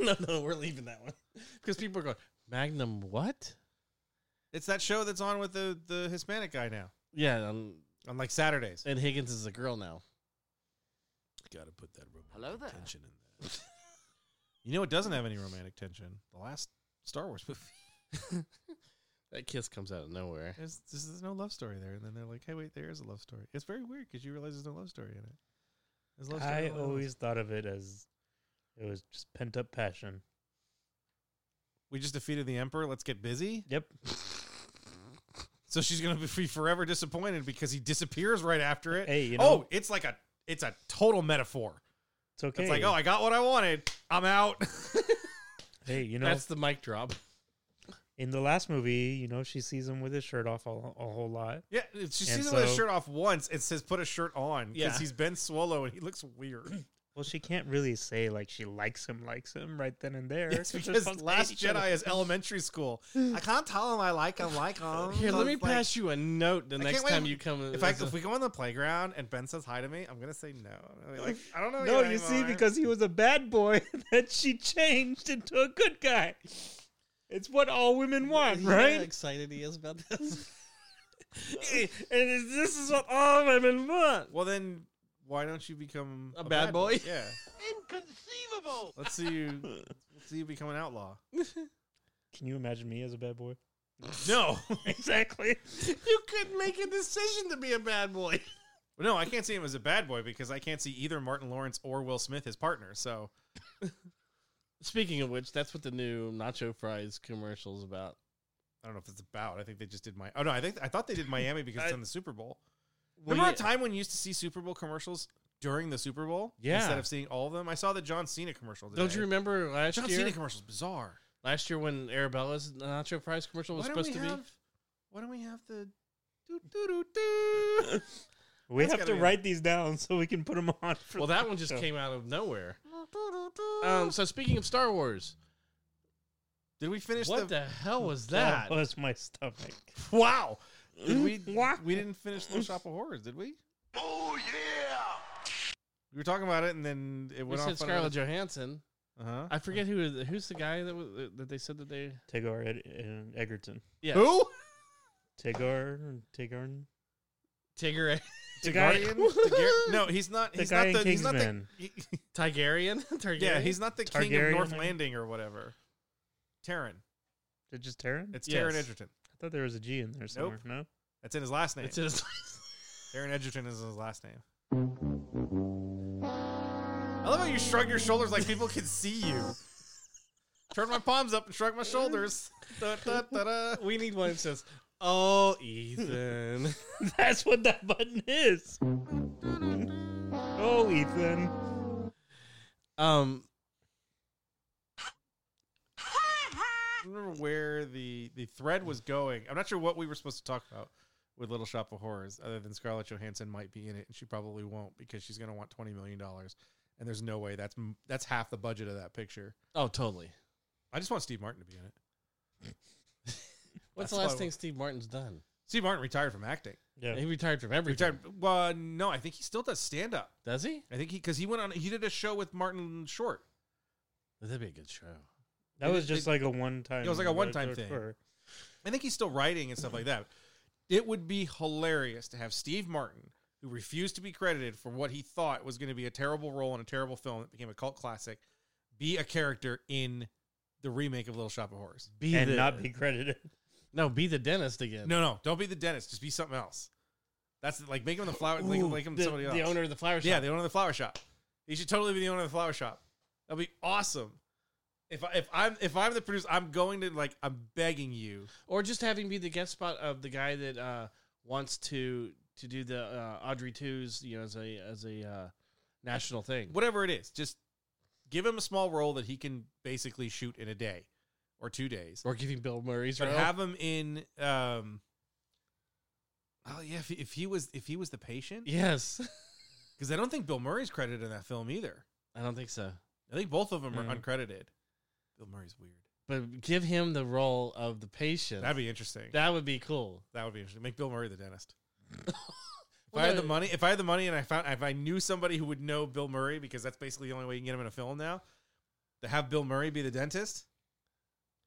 A: no, no, we're leaving that one because people are going Magnum. What?
B: It's that show that's on with the the Hispanic guy now
A: Yeah, um,
B: on like Saturdays.
A: and Higgins is a girl now.
B: Got to put that romantic
E: Hello there.
B: tension in there. <laughs> you know, it doesn't have any romantic tension. The last Star Wars movie.
A: That kiss comes out of nowhere.
B: There's, there's, there's no love story there, and then they're like, "Hey, wait, there is a love story." It's very weird because you realize there's no love story in it. There's love story
C: I
B: in all of those.
C: always thought of it as it was just pent up passion.
B: we just defeated the emperor. Let's get busy.
C: Yep.
B: So she's gonna be forever disappointed because he disappears right after it.
C: Hey, you
B: oh,
C: know,
B: it's like a it's a total metaphor.
C: it's okay.
B: It's like, oh, I got what I wanted. I'm out. <laughs>
C: hey, you know,
A: That's the mic drop.
C: in the last movie, you know, she sees him with his shirt off a, a whole lot.
B: yeah, she sees
C: And
B: him with his
C: so-
B: shirt off once. It says put a shirt on because
A: Yeah.
B: he's Ben Swallow and he looks
C: <laughs>
B: weird.
C: Well, she can't really say like she likes him, likes him right then and there.
B: It's
C: 'cause they're
B: because
C: both <laughs>
B: Last
C: each other.
B: Jedi is elementary school. I can't tell him I like him, like him.
A: Here, let me
B: because, like,
A: pass you a note the
B: I
A: next
B: can't wait-
A: time you come.
B: If I
A: as a-
B: if we go on the playground and Ben says hi to me, I'm gonna say no. I'm gonna be
A: <laughs>
B: like I don't know.
C: No, you see,
B: anymore."
C: because he was a bad boy <laughs> that she changed into a good guy. It's what all
B: <laughs>
C: women want,
A: You know how
C: right?
A: excited he is about this.
C: <laughs> and it's- this is what all women want.
B: well then why don't you become
A: A bad boy?
B: Yeah,
E: Inconceivable!
B: let's see you.
A: <laughs>
B: Let's see you become an outlaw.
C: Can you imagine me as a bad boy?
B: No,
C: <laughs> exactly.
A: you couldn't make a decision to be a bad boy.
B: <laughs> no, I can't see him as a bad boy because I can't see either Martin Lawrence or Will Smith his partner. So
A: Speaking of which, that's what the new nacho fries commercial is about.
B: I don't know if it's about. I think they just did my. Oh no, I think I thought they did
A: <laughs>
B: Miami because it's
C: I-
B: on the Super Bowl.
A: Well,
B: Remember
A: yeah.
B: a time when you used to see Super Bowl commercials during the Super Bowl?
A: Yeah.
B: Instead of seeing all of them, I saw the John Cena commercial. Today.
A: Don't you remember last
B: John
A: year?
B: Cena commercials bizarre.
A: Last year when Arabella's nacho fries commercial was
B: Why don't
A: supposed to
B: we
A: be.
B: have- Why don't we have the do do do do?
C: We
B: That's
C: have to
B: gotta be-
C: write these down so we can put them on. For
A: Well, that one just
C: <laughs>
B: Oh.
C: So-
A: came out of nowhere. <laughs>
B: Ah.
A: Um, so speaking of Star Wars,
B: Did we finish
A: what
B: the,
A: the hell was
C: that
A: that?
C: was my stomach.
B: <laughs> Wow. Did we
A: <laughs>
C: Wow.
B: we didn't finish the Shop of Horrors, did we?
E: Oh, yeah!
B: We were talking about it and then it
A: We
B: went
A: said
B: off on
A: Scarlett Johansson.
B: Uh huh.
A: I forget who who's the guy that was, that they said that they.
C: Tegar Ed- and Egerton.
A: Yes.
B: Who?
C: Tegar, Tegar,
A: Tigger, <laughs>
B: Tigarian? Tigar- no, he's not
C: The
B: he's
C: guy
B: not
C: in
B: the he's not the
C: Kingsman.
B: he-
A: Tigerian, <laughs> Targaryen.
B: Yeah, he's not the king
C: Targaryen,
B: of North
C: maybe?
B: Landing or whatever. Terran.
C: Did just Terran?
B: It's
A: Yes.
B: Terran Edgerton.
C: I thought there was a G in there somewhere. No.
B: That's in his
A: <laughs>
B: last name.
A: It's his-
B: Darren Edgerton is his last name. I love how you shrug your shoulders like people can see you. Turn my palms up and shrug my shoulders. Da, da, da, da.
A: we need one that says, "Oh,
B: <laughs>
A: Ethan."
C: <laughs> That's what that button is. oh, Ethan.
A: um,
B: remember where the the thread was going. I'm not sure what we were supposed to talk about with Little Shop of Horrors, other than Scarlett Johansson might be in it, and she probably won't because she's going to want twenty million dollars, and there's no way that's m- that's half the budget of that picture.
A: Oh, totally.
B: I just want Steve Martin to be in it.
A: What's
B: That's
A: the
B: why
A: last
B: we-
A: thing Steve Martin's done?
B: Steve Martin retired from acting.
C: Yeah.
A: He retired from everything.
B: Retired. Well, no, I think he still does stand up.
A: Does he?
B: I think he because he went on. He did a show with Martin Short.
A: That'd be a good show.
C: That
B: It-
C: was
B: it-
C: just like a one time.
B: it was like a one-time thing. I think he's still writing and stuff like that. It would be hilarious to have Steve Martin, who refused to be credited for what he thought was going to be a terrible role in a terrible film that became a cult classic, be a character in the remake of Little Shop of Horrors.
A: Be
C: and
A: the,
C: not be credited. <laughs>
A: no, be the dentist again.
B: No, no, don't be the dentist. Just be something else. That's like make him the flower, like,
A: Ooh,
B: make him
A: the,
B: somebody else.
A: the owner of the flower shop.
B: yeah, the owner of the flower shop. He should totally be the owner of the flower shop. That'd be awesome. If I, if I'm if I'm the producer, I'm going to like I'm begging you.
A: or just having be the guest spot of the guy that uh, wants to to do the uh, Audrey twos, you know, as a as a uh, national thing.
B: whatever it is, just give him a small role that he can basically shoot in a day or two days.
A: Or giving Bill Murray's
B: But
A: role.
B: have him in. Um, oh yeah, if, if he was if he was the patient,
A: yes, <laughs>
B: because I don't think Bill Murray's credited in that film either.
A: I don't think so.
B: I think both of them are
C: Mm.
B: uncredited. Bill Murray's weird.
A: But give him the role of the patient.
B: That'd be interesting. That,
A: that would be cool.
B: would be interesting. Make Bill Murray the dentist. If
A: Well,
B: I had
A: no,
B: the money, if I had the money, and I found if I knew somebody who would know Bill Murray, because that's basically the only way you can get him in a film now, to have Bill Murray be the dentist.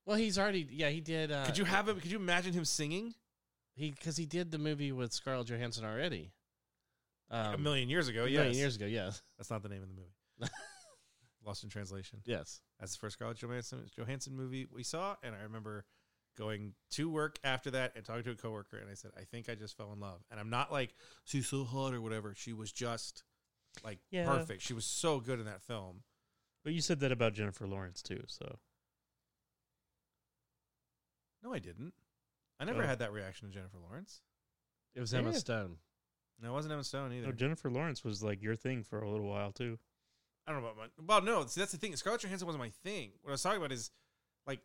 A: Well, he's already. Yeah, he did. Uh,
B: Could you have him? Could you imagine him singing?
A: He because he did the movie with Scarlett Johansson already. Um,
B: a million years ago.
A: a
B: Yes,
A: million years ago. Yes,
B: That's not the name of the
A: <laughs>
B: movie. Lost in Translation.
A: yes.
B: That's the first Scarlett Johansson, Johansson movie we saw, and I remember going to work after that and talking to a coworker, and I said, "I think I just fell in love." And I'm not like she's so hot or whatever. She was just like
C: Yeah.
B: perfect. She was so good in that film.
C: But you said that about Jennifer Lawrence too. So
B: No, I didn't. I never
C: Oh.
B: had that reaction to Jennifer Lawrence.
A: It was
C: Yeah.
A: Emma Stone.
B: No, it wasn't Emma Stone either.
C: no, Oh, Jennifer Lawrence was like your thing for a little while too.
B: I don't know about my. Well, no, see, that's the thing. Scarlett Johansson wasn't my thing. What I was talking about is, like,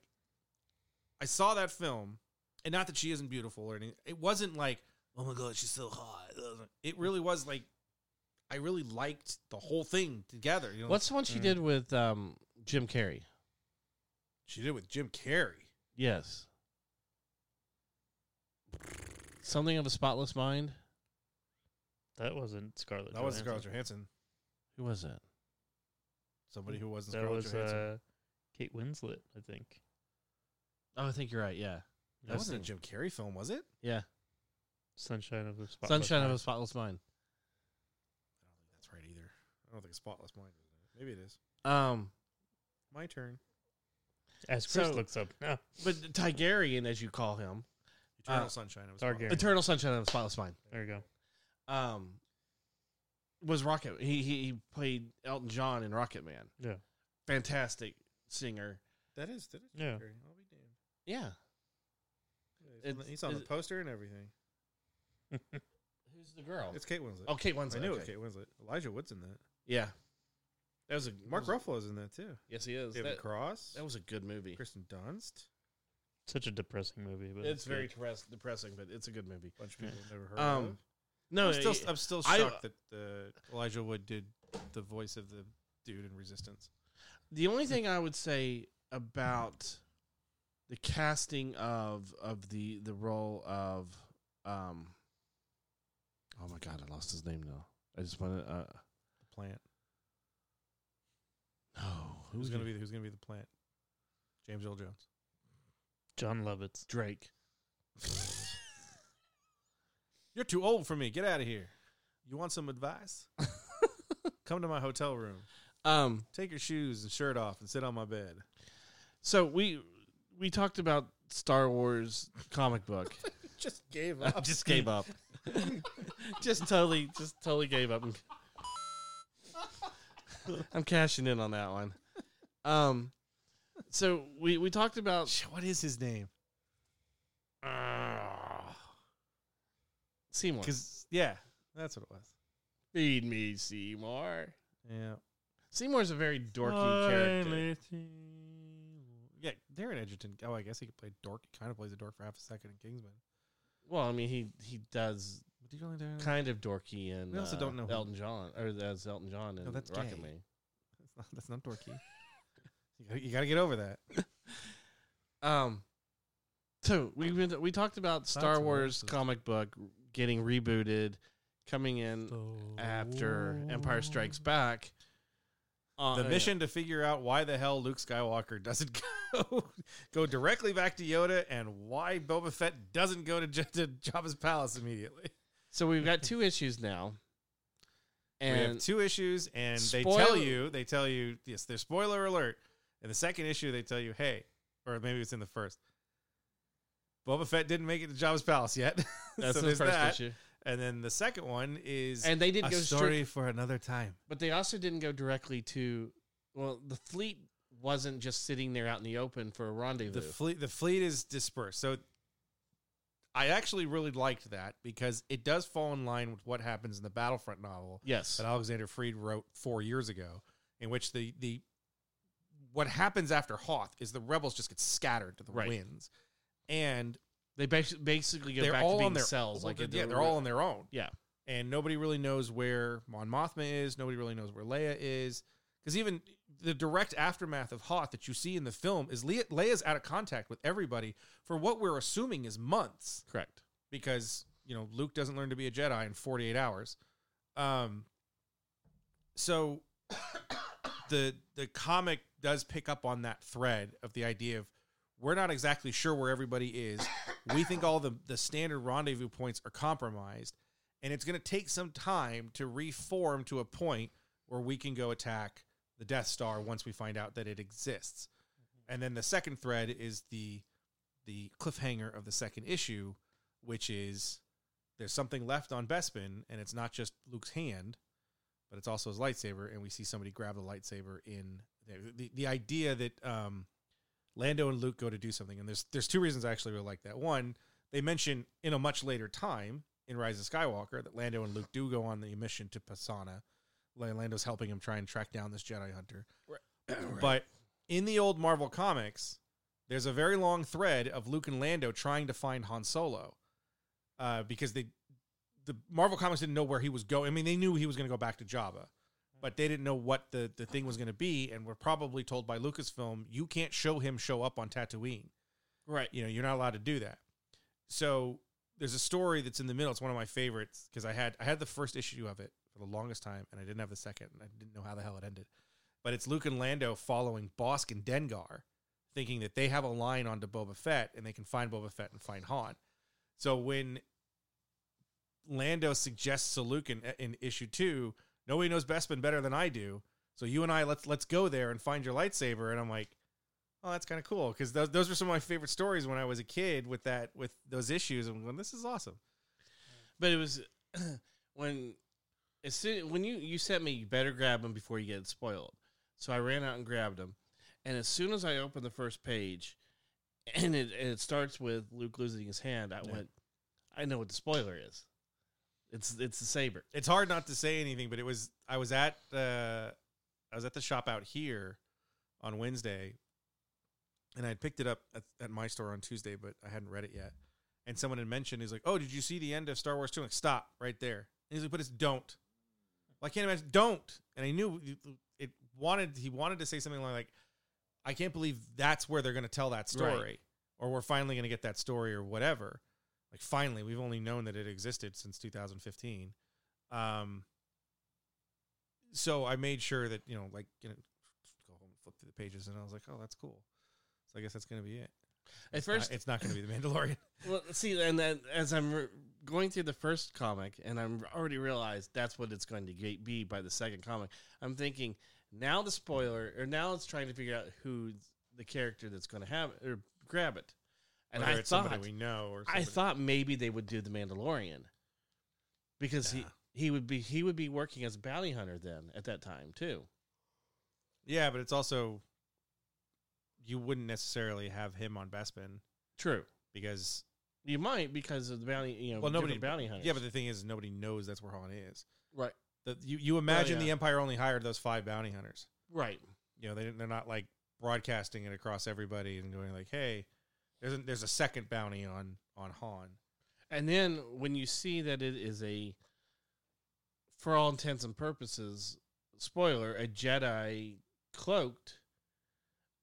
B: I saw that film, and not that she isn't beautiful or anything. It wasn't like, oh my god, she's so hot. It really was like, I really liked the whole thing together. You know,
A: What's the one she
C: Mm.
A: did with um, Jim Carrey?
B: she did with Jim Carrey?
A: Yes. Something of a spotless mind.
C: That wasn't Scarlett.
B: That was
C: Johansson.
B: Scarlett Johansson.
A: Who was that?
B: Somebody who wasn't
C: That
B: Scarlett
C: was
B: Johansson.
C: uh, Kate Winslet, I think.
A: Oh, I think you're right. Yeah,
B: that wasn't a Jim Carrey film, was it?
A: yeah.
C: Sunshine of the Spotless
A: Sunshine of
C: Mind.
A: a Spotless Mind.
B: I don't think that's right either. I don't think it's Spotless Mind. is it? Maybe it is.
A: Um,
B: My turn.
C: As Chris
A: So-
C: looks up now.
A: but Tigerian, as you call him,
B: Eternal
A: Uh,
B: Sunshine of a
C: Targaryen.
B: Spotless.
A: Eternal Sunshine of the Spotless Mind,
C: There you go.
A: um, was Rocket. He he, he played Elton John in Rocket Man.
C: Yeah.
A: fantastic singer.
B: That is. That is Jim
C: Yeah.
B: Carrey. I'll be damned.
A: Yeah,
B: Yeah, He's, on the,
A: It's-
B: he's on the
A: is-
B: poster and everything.
A: who's the girl?
B: It's Kate Winslet.
A: oh, Kate Winslet.
B: I knew it was
A: okay.
B: Kate Winslet. Elijah Wood's in that.
A: Yeah, that was a
B: Mark
A: that was-
B: Ruffalo's in that too.
A: Yes, he is.
B: David
A: That,
B: Cross.
A: that was a good movie.
B: Kristen Dunst.
C: Such a depressing movie, but
A: It's very
C: good.
A: depress- depressing, but it's a good movie.
B: A bunch of
C: Yeah.
B: people I've never heard
A: Um,
B: of.
A: No,
B: I'm still,
A: it-
B: I'm still
A: I-
B: shocked that uh, Elijah Wood did the voice of the dude in Resistance.
A: The only thing I would say about the casting of of the the role of um oh my god, I lost his name now. I just want to uh
B: The plant.
A: no,
B: Who's
A: would
B: gonna
A: you-
B: be? Who's gonna be the plant? James
A: <laughs>
B: Earl Jones.
C: John Lovitz.
A: Drake.
B: You're too old for me. Get out of here. You want some advice? Come to my hotel room.
A: <laughs> Um
B: Take your shoes and shirt off and sit on my bed.
A: so we we talked about Star Wars comic book.
B: Just
A: <laughs>
B: gave
A: I just gave
B: <laughs>
A: up. just totally just totally gave up. I'm cashing in on that one. Um so we we talked about
B: What is his name?
A: Seymour.
B: Because yeah, that's what it was.
A: Feed me, Seymour.
B: Yeah.
A: Seymour's a very dorky
F: Hi,
A: character.
F: Letty.
B: Yeah, Darren Edgerton. Oh, I guess he could play dork. He kind of plays a dork for half a second in Kingsman.
A: Well, I mean, he he does
B: What do you call him? Darren?
A: kind of dorky and
B: We also don't know who-
A: Elton John or that's Elton John and
B: that's
A: Rocket
B: gay.
A: Man.
B: That's not, that's not dorky. you, gotta, you gotta get over that.
A: Um, so we went, we talked about Star
B: That's
A: Wars
B: awesome.
A: comic book getting rebooted, coming in after Empire Strikes Back. Uh,
B: the
A: yeah.
B: mission to figure out why the hell Luke Skywalker <laughs> doesn't go go directly back to Yoda and why Boba Fett doesn't go to, J- to Jabba's palace immediately.
A: So we've got two issues now,
B: we
A: and
B: have two issues, and they
A: Spoil-
B: tell you they tell you yes, they're spoiler alert. In the second issue, they tell you, hey, or maybe it's in the first. Boba Fett didn't make it to Jabba's palace yet.
A: <laughs>
B: <laughs>
A: that's
B: so
A: the
B: there's
A: first
B: that.
A: issue.
B: And then the second one is
A: And they didn't
B: a
A: go
B: story
A: straight,
B: for another time.
A: but they also didn't go directly to. Well, the fleet wasn't just sitting there out in the open for a rendezvous.
B: The fleet the fleet is dispersed. So I actually really liked that because it does fall in line with what happens in the Battlefront novel
A: yes,
B: that Alexander Freed wrote four years ago, in which the the what happens after Hoth is the rebels just get scattered to the
A: Right.
B: winds, and
A: they bas- basically go
B: they're
A: back
B: all
A: to being
B: on their
A: cells.
B: well,
A: Like
B: they're- yeah, they're all on their own.
A: Yeah.
B: and nobody really knows where Mon Mothma is. Nobody really knows where Leia is. Because even the direct aftermath of Hoth that you see in the film is Leia, Leia's out of contact with everybody for what we're assuming is months
A: correct.
B: because you know Luke doesn't learn to be a Jedi in 48 hours. Um, so <coughs> the the comic does pick up on that thread of the idea of we're not exactly sure where everybody is. We think all the the standard rendezvous points are compromised, and it's going to take some time to reform to a point where we can go attack the Death Star once we find out that it exists. And then the second thread is the the cliffhanger of the second issue, which is there's something left on Bespin, and it's not just Luke's hand, but it's also his lightsaber, and we see somebody grab the lightsaber in the the, the idea that um, Lando and Luke go to do something, and there's there's two reasons I actually really like that. One, they mention in a much later time in Rise of Skywalker that Lando and Luke do go on the mission to Pasana. Lan- Lando's helping him try and track down this Jedi hunter. <clears throat> But in the old Marvel comics, there's a very long thread of Luke and Lando trying to find Han Solo uh, because they the Marvel comics didn't know where he was going. I mean, they knew he was going to go back to Jabba, but they didn't know what the the thing was going to be, and were probably told by Lucasfilm, "You can't show him show up on Tatooine." Right. You know, you're not allowed to do that. So there's a story that's in the middle. It's one of my favorites because I had I had the first issue of it for the longest time, and I didn't have the second, and I didn't know how the hell it ended. But it's Luke and Lando following Bosk and Dengar, thinking that they have a line onto Boba Fett, and they can find Boba Fett and find Han. So when Lando suggests to Luke in, in issue two, nobody knows Bespin better than I do. So you and I let's let's go there and find your lightsaber. And I'm like, oh, that's kind of cool because those those were some of my favorite stories when I was a kid with that with those issues. I'm going, this is awesome.
A: But it was <clears throat> when as soon when you you sent me, you better grab them before you get spoiled. So I ran out and grabbed them, and as soon as I opened the first page, <clears throat> and it and it starts with Luke losing his hand, I went, I know what the spoiler is. It's it's the saber.
B: It's hard not to say anything, but it was I was at uh, I was at the shop out here on Wednesday, and I had picked it up at, at my store on Tuesday, but I hadn't read it yet. And someone had mentioned, he's like, "Oh, did you see the end of Star Wars 2? Like, stop right there." And he's like, "But it's don't." Well, I can't imagine don't. And I knew it wanted. He wanted to say something like, "I can't believe that's where they're going to tell that story, or we're finally going to get that story, or whatever." Like, finally, we've only known that it existed since 2015. Um, so I made sure that you know, like, you know, go home and flip through the pages, and I was like, "Oh, that's cool." So I guess that's going to be it.
A: At first,
B: Uh, it's not going to be the Mandalorian.
A: well, see, and then as I'm re- going through the first comic, and I'm already realized that's what it's going to ge- be by the second comic. I'm thinking now the spoiler, or now it's trying to figure out who the character that's going to have it, or grab it. <laughs> And I
B: Whether it's
A: thought,
B: somebody we know, or
A: I
B: somebody-
A: thought maybe they would do the Mandalorian because
B: Nah.
A: he he would be he would be working as a bounty hunter then at that time too.
B: yeah, but it's also you wouldn't necessarily have him on Bespin
A: True,
B: because
A: you might because of the bounty, you know,
B: well, nobody
A: different bounty hunters.
B: Yeah, but the thing is, nobody knows that's where Han is.
A: right,
B: The, you you imagine
A: yeah.
B: the Empire only hired those five bounty hunters.
A: right.
B: You know, they didn't, they're not like broadcasting it across everybody and going like, "Hey, there's a, there's a second bounty on on Han."
A: And then when you see that it is a, for all intents and purposes, spoiler, a Jedi cloaked.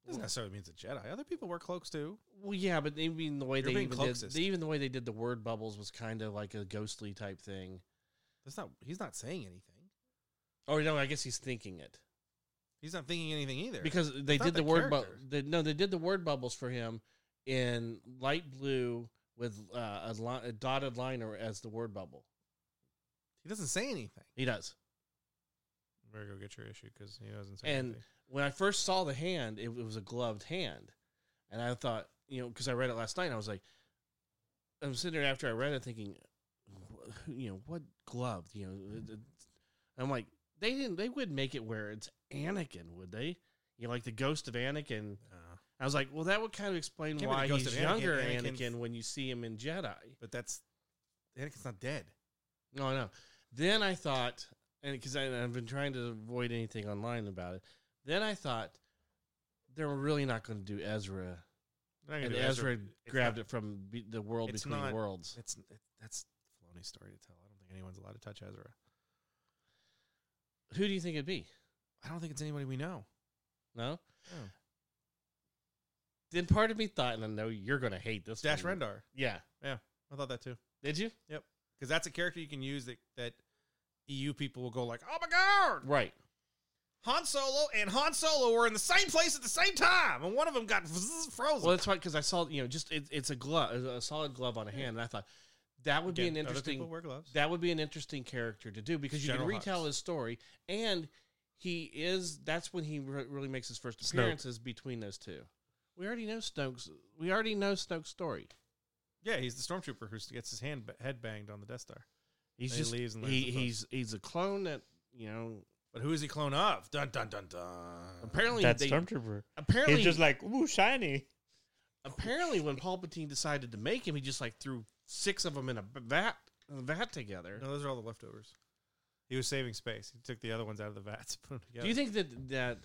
B: Doesn't necessarily mean it's a Jedi. Other people wear cloaks too.
A: Well, yeah, but even the way
B: You're
A: they
B: being
A: even did,
B: cloaksist.
A: they- even the way they did the word bubbles was kind of like a ghostly type thing.
B: That's not. He's not saying anything.
A: Oh no, I guess he's thinking it
B: He's not thinking anything either.
A: because they
B: not
A: did the,
B: the
A: word bu-
B: character.
A: the, No, they did the word bubbles for him in light blue with uh, a, li- a dotted liner as the word bubble.
B: he doesn't say anything.
A: He does.
B: Better go get your issue because he doesn't say
A: And
B: anything.
A: when I first saw the hand, it, it was a gloved hand, and I thought, you know, because I read it last night, and I was like, I'm sitting there after I read it, thinking, wh- you know, what glove? You know, it- it- I'm like, they didn't, they would make it where it's Anakin, would they? You know, like the ghost of Anakin.
B: Uh,
A: I was like, well, that would kind of explain
B: Can't be the
A: why
B: ghost
A: he's
B: of Anakin.
A: younger Anakin,
B: Anakin-
A: when you see him in Jedi.
B: but that's Anakin's not dead.
A: No, no. Then I thought, and because I've been trying to avoid anything online about it, then I thought they're really not going to do Ezra,
B: They're not gonna
A: and
B: do
A: Ezra,
B: It's
A: grabbed
B: not-
A: it from be- the world
B: it's
A: between
B: not-
A: worlds.
B: It's it, that's Filoni's story to tell. I don't think anyone's allowed to touch Ezra.
A: Who do you think it'd be?
B: I don't think it's anybody we know.
A: No.
B: Oh.
A: Then part of me thought, and I know you're going to hate this.
B: Dash
A: one.
B: Rendar.
A: Yeah.
B: I thought that too.
A: Did you?
B: because that's a character you can use that that EU people will go like, "Oh my god,
A: Right.
B: Han Solo and Han Solo were in the same place at the same time, and one of them got <laughs> vzz frozen."
A: Well, that's why because I saw you know just it, it's a glove, a solid glove on a hand, and I thought that would
B: Again,
A: be an
B: other
A: interesting
B: people wear gloves.
A: That would be an interesting character to do because you
B: General
A: can retell
B: Hux.
A: his story, and he is. That's when he re- really makes his first
C: Snoke.
A: appearances between those two. We already know Snoke's. We already know Snoke's story.
B: yeah, he's the stormtrooper who gets his hand head banged on the Death Star.
A: He's
B: And he
A: just
B: leaves and learns
A: he,
B: the clone.
A: he's he's a clone that you know.
B: But who is he clone of? Dun dun dun dun.
A: Apparently,
C: That
A: they,
C: stormtrooper.
A: apparently
C: He's just like ooh shiny.
A: apparently when Palpatine decided to make him, he just like threw six of them in a b- vat a vat together.
B: No, those are all the leftovers. He was saving space. He took the other ones out of the vats, put them together.
A: Do you think that that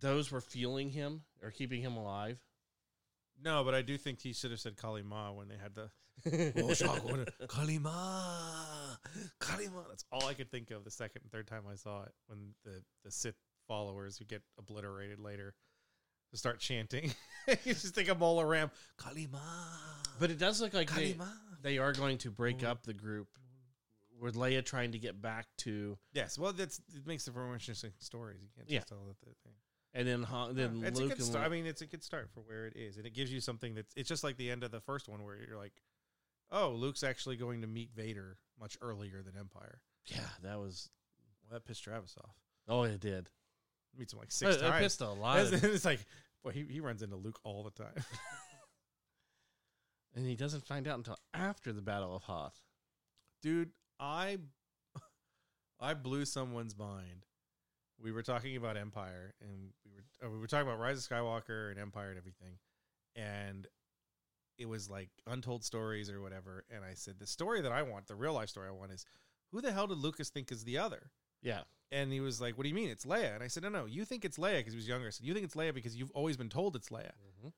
A: those were fueling him or keeping him alive?
B: no, but I do think he should have said Kali Ma when they had the <laughs> Kalima, Kalima. That's all I could think of the second and third time I saw it when the, the Sith followers who get obliterated later just start chanting. <laughs> you just think of Mola Ram, Kalima,
A: But it does look like they,
B: Kalima.
A: they are going to
B: Mm-hmm.
A: break up the group with Leia trying to get back to,
B: Yes, well, that's it makes for more interesting stories. You can't just
A: Yeah.
B: tell that the thing.
A: and then Han, then
B: Yeah, it's
A: Luke
B: a good
A: and
B: start. I
A: Leia-
B: mean, it's a good start for where it is, and it gives you something that's. It's just like the end of the first one where you're like, oh, Luke's actually going to meet Vader much earlier than Empire.
A: yeah, that was
B: Well, that pissed Travis off.
A: oh it did.
B: Meets him <laughs> like six
A: it, it
B: times.
A: pissed a lot, of- <laughs>
B: <laughs> It's, it's like, boy, he, he runs into Luke all the time. <laughs>
A: and he doesn't find out until after the Battle of Hoth.
B: Dude, I <laughs> I blew someone's mind. We were talking about Empire and we were uh, we were talking about Rise of Skywalker and Empire and everything. And it was like untold stories or whatever. And I said, the story that I want, the real life story I want is who the hell did Lucas think is the other?
A: Yeah,
B: And he was like, "What do you mean? It's Leia." And I said, "No, no. You think it's Leia because he was younger. I said you think it's Leia because you've always been told it's Leia."
A: Mhm.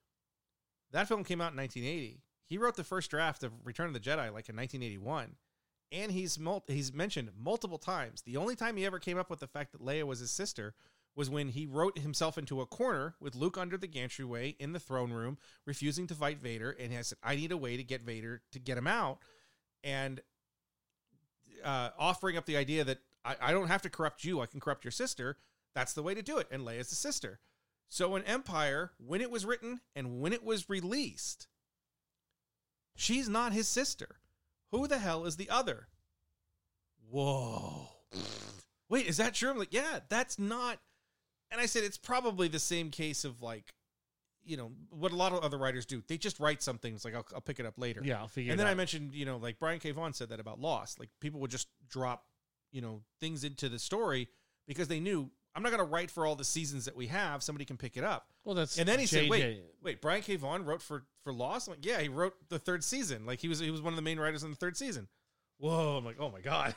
B: That film came out in 1980. He wrote the first draft of Return of the Jedi like in 1981, and he's mul- he's mentioned multiple times. The only time he ever came up with the fact that Leia was his sister was when he wrote himself into a corner with Luke under the gantry way in the throne room, refusing to fight Vader, and he said, "I need a way to get Vader to get him out," and uh, offering up the idea that I, I don't have to corrupt you, I can corrupt your sister. That's the way to do it, and Leia's the sister. So in Empire, when it was written and when it was released, she's not his sister. Who the hell is the other? Whoa. Wait, is that true? I'm like, yeah, that's not. And I said, it's probably the same case of like, you know, what a lot of other writers do. They just write something. It's like, I'll, I'll pick it up later.
A: yeah, I'll figure.
B: And then
A: it
B: I
A: out.
B: mentioned, you know, like Brian K. Vaughan said that about Lost. Like people would just drop, you know, things into the story because they knew I'm not going to write for all the seasons that we have. Somebody can pick it up.
A: well, that's
B: And then he said, "Wait,
A: JJ.
B: wait, Brian K. Vaughan wrote for for Lost." I'm like, yeah, he wrote the third season. Like he was he was one of the main writers in the third season. Whoa! I'm like, oh my god.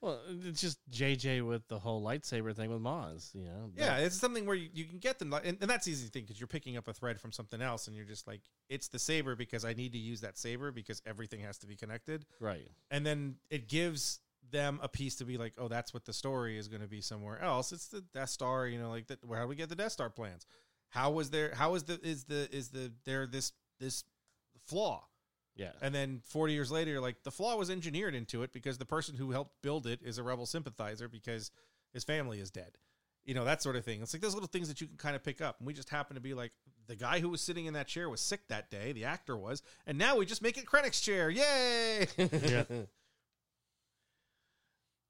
A: Well, it's just JJ with the whole lightsaber thing with Maz, you know.
B: Yeah, it's something where you, you can get them, like, and, and that's the easy thing because you're picking up a thread from something else, and you're just like, it's the saber because I need to use that saber because everything has to be connected,
A: Right.
B: and then it gives them a piece to be like, oh, that's what the story is going to be somewhere else. It's the Death Star, you know, like that. Where how do we get the Death Star plans? How was there? How is the is the is the there this this flaw?
A: Yeah.
B: And then 40 years later, you're like the flaw was engineered into it because the person who helped build it is a rebel sympathizer because his family is dead. You know, that sort of thing. It's like those little things that you can kind of pick up. And we just happen to be like, the guy who was sitting in that chair was sick that day, the actor was, and now we just make it Krennic's chair. Yay! <laughs> and
C: Yeah.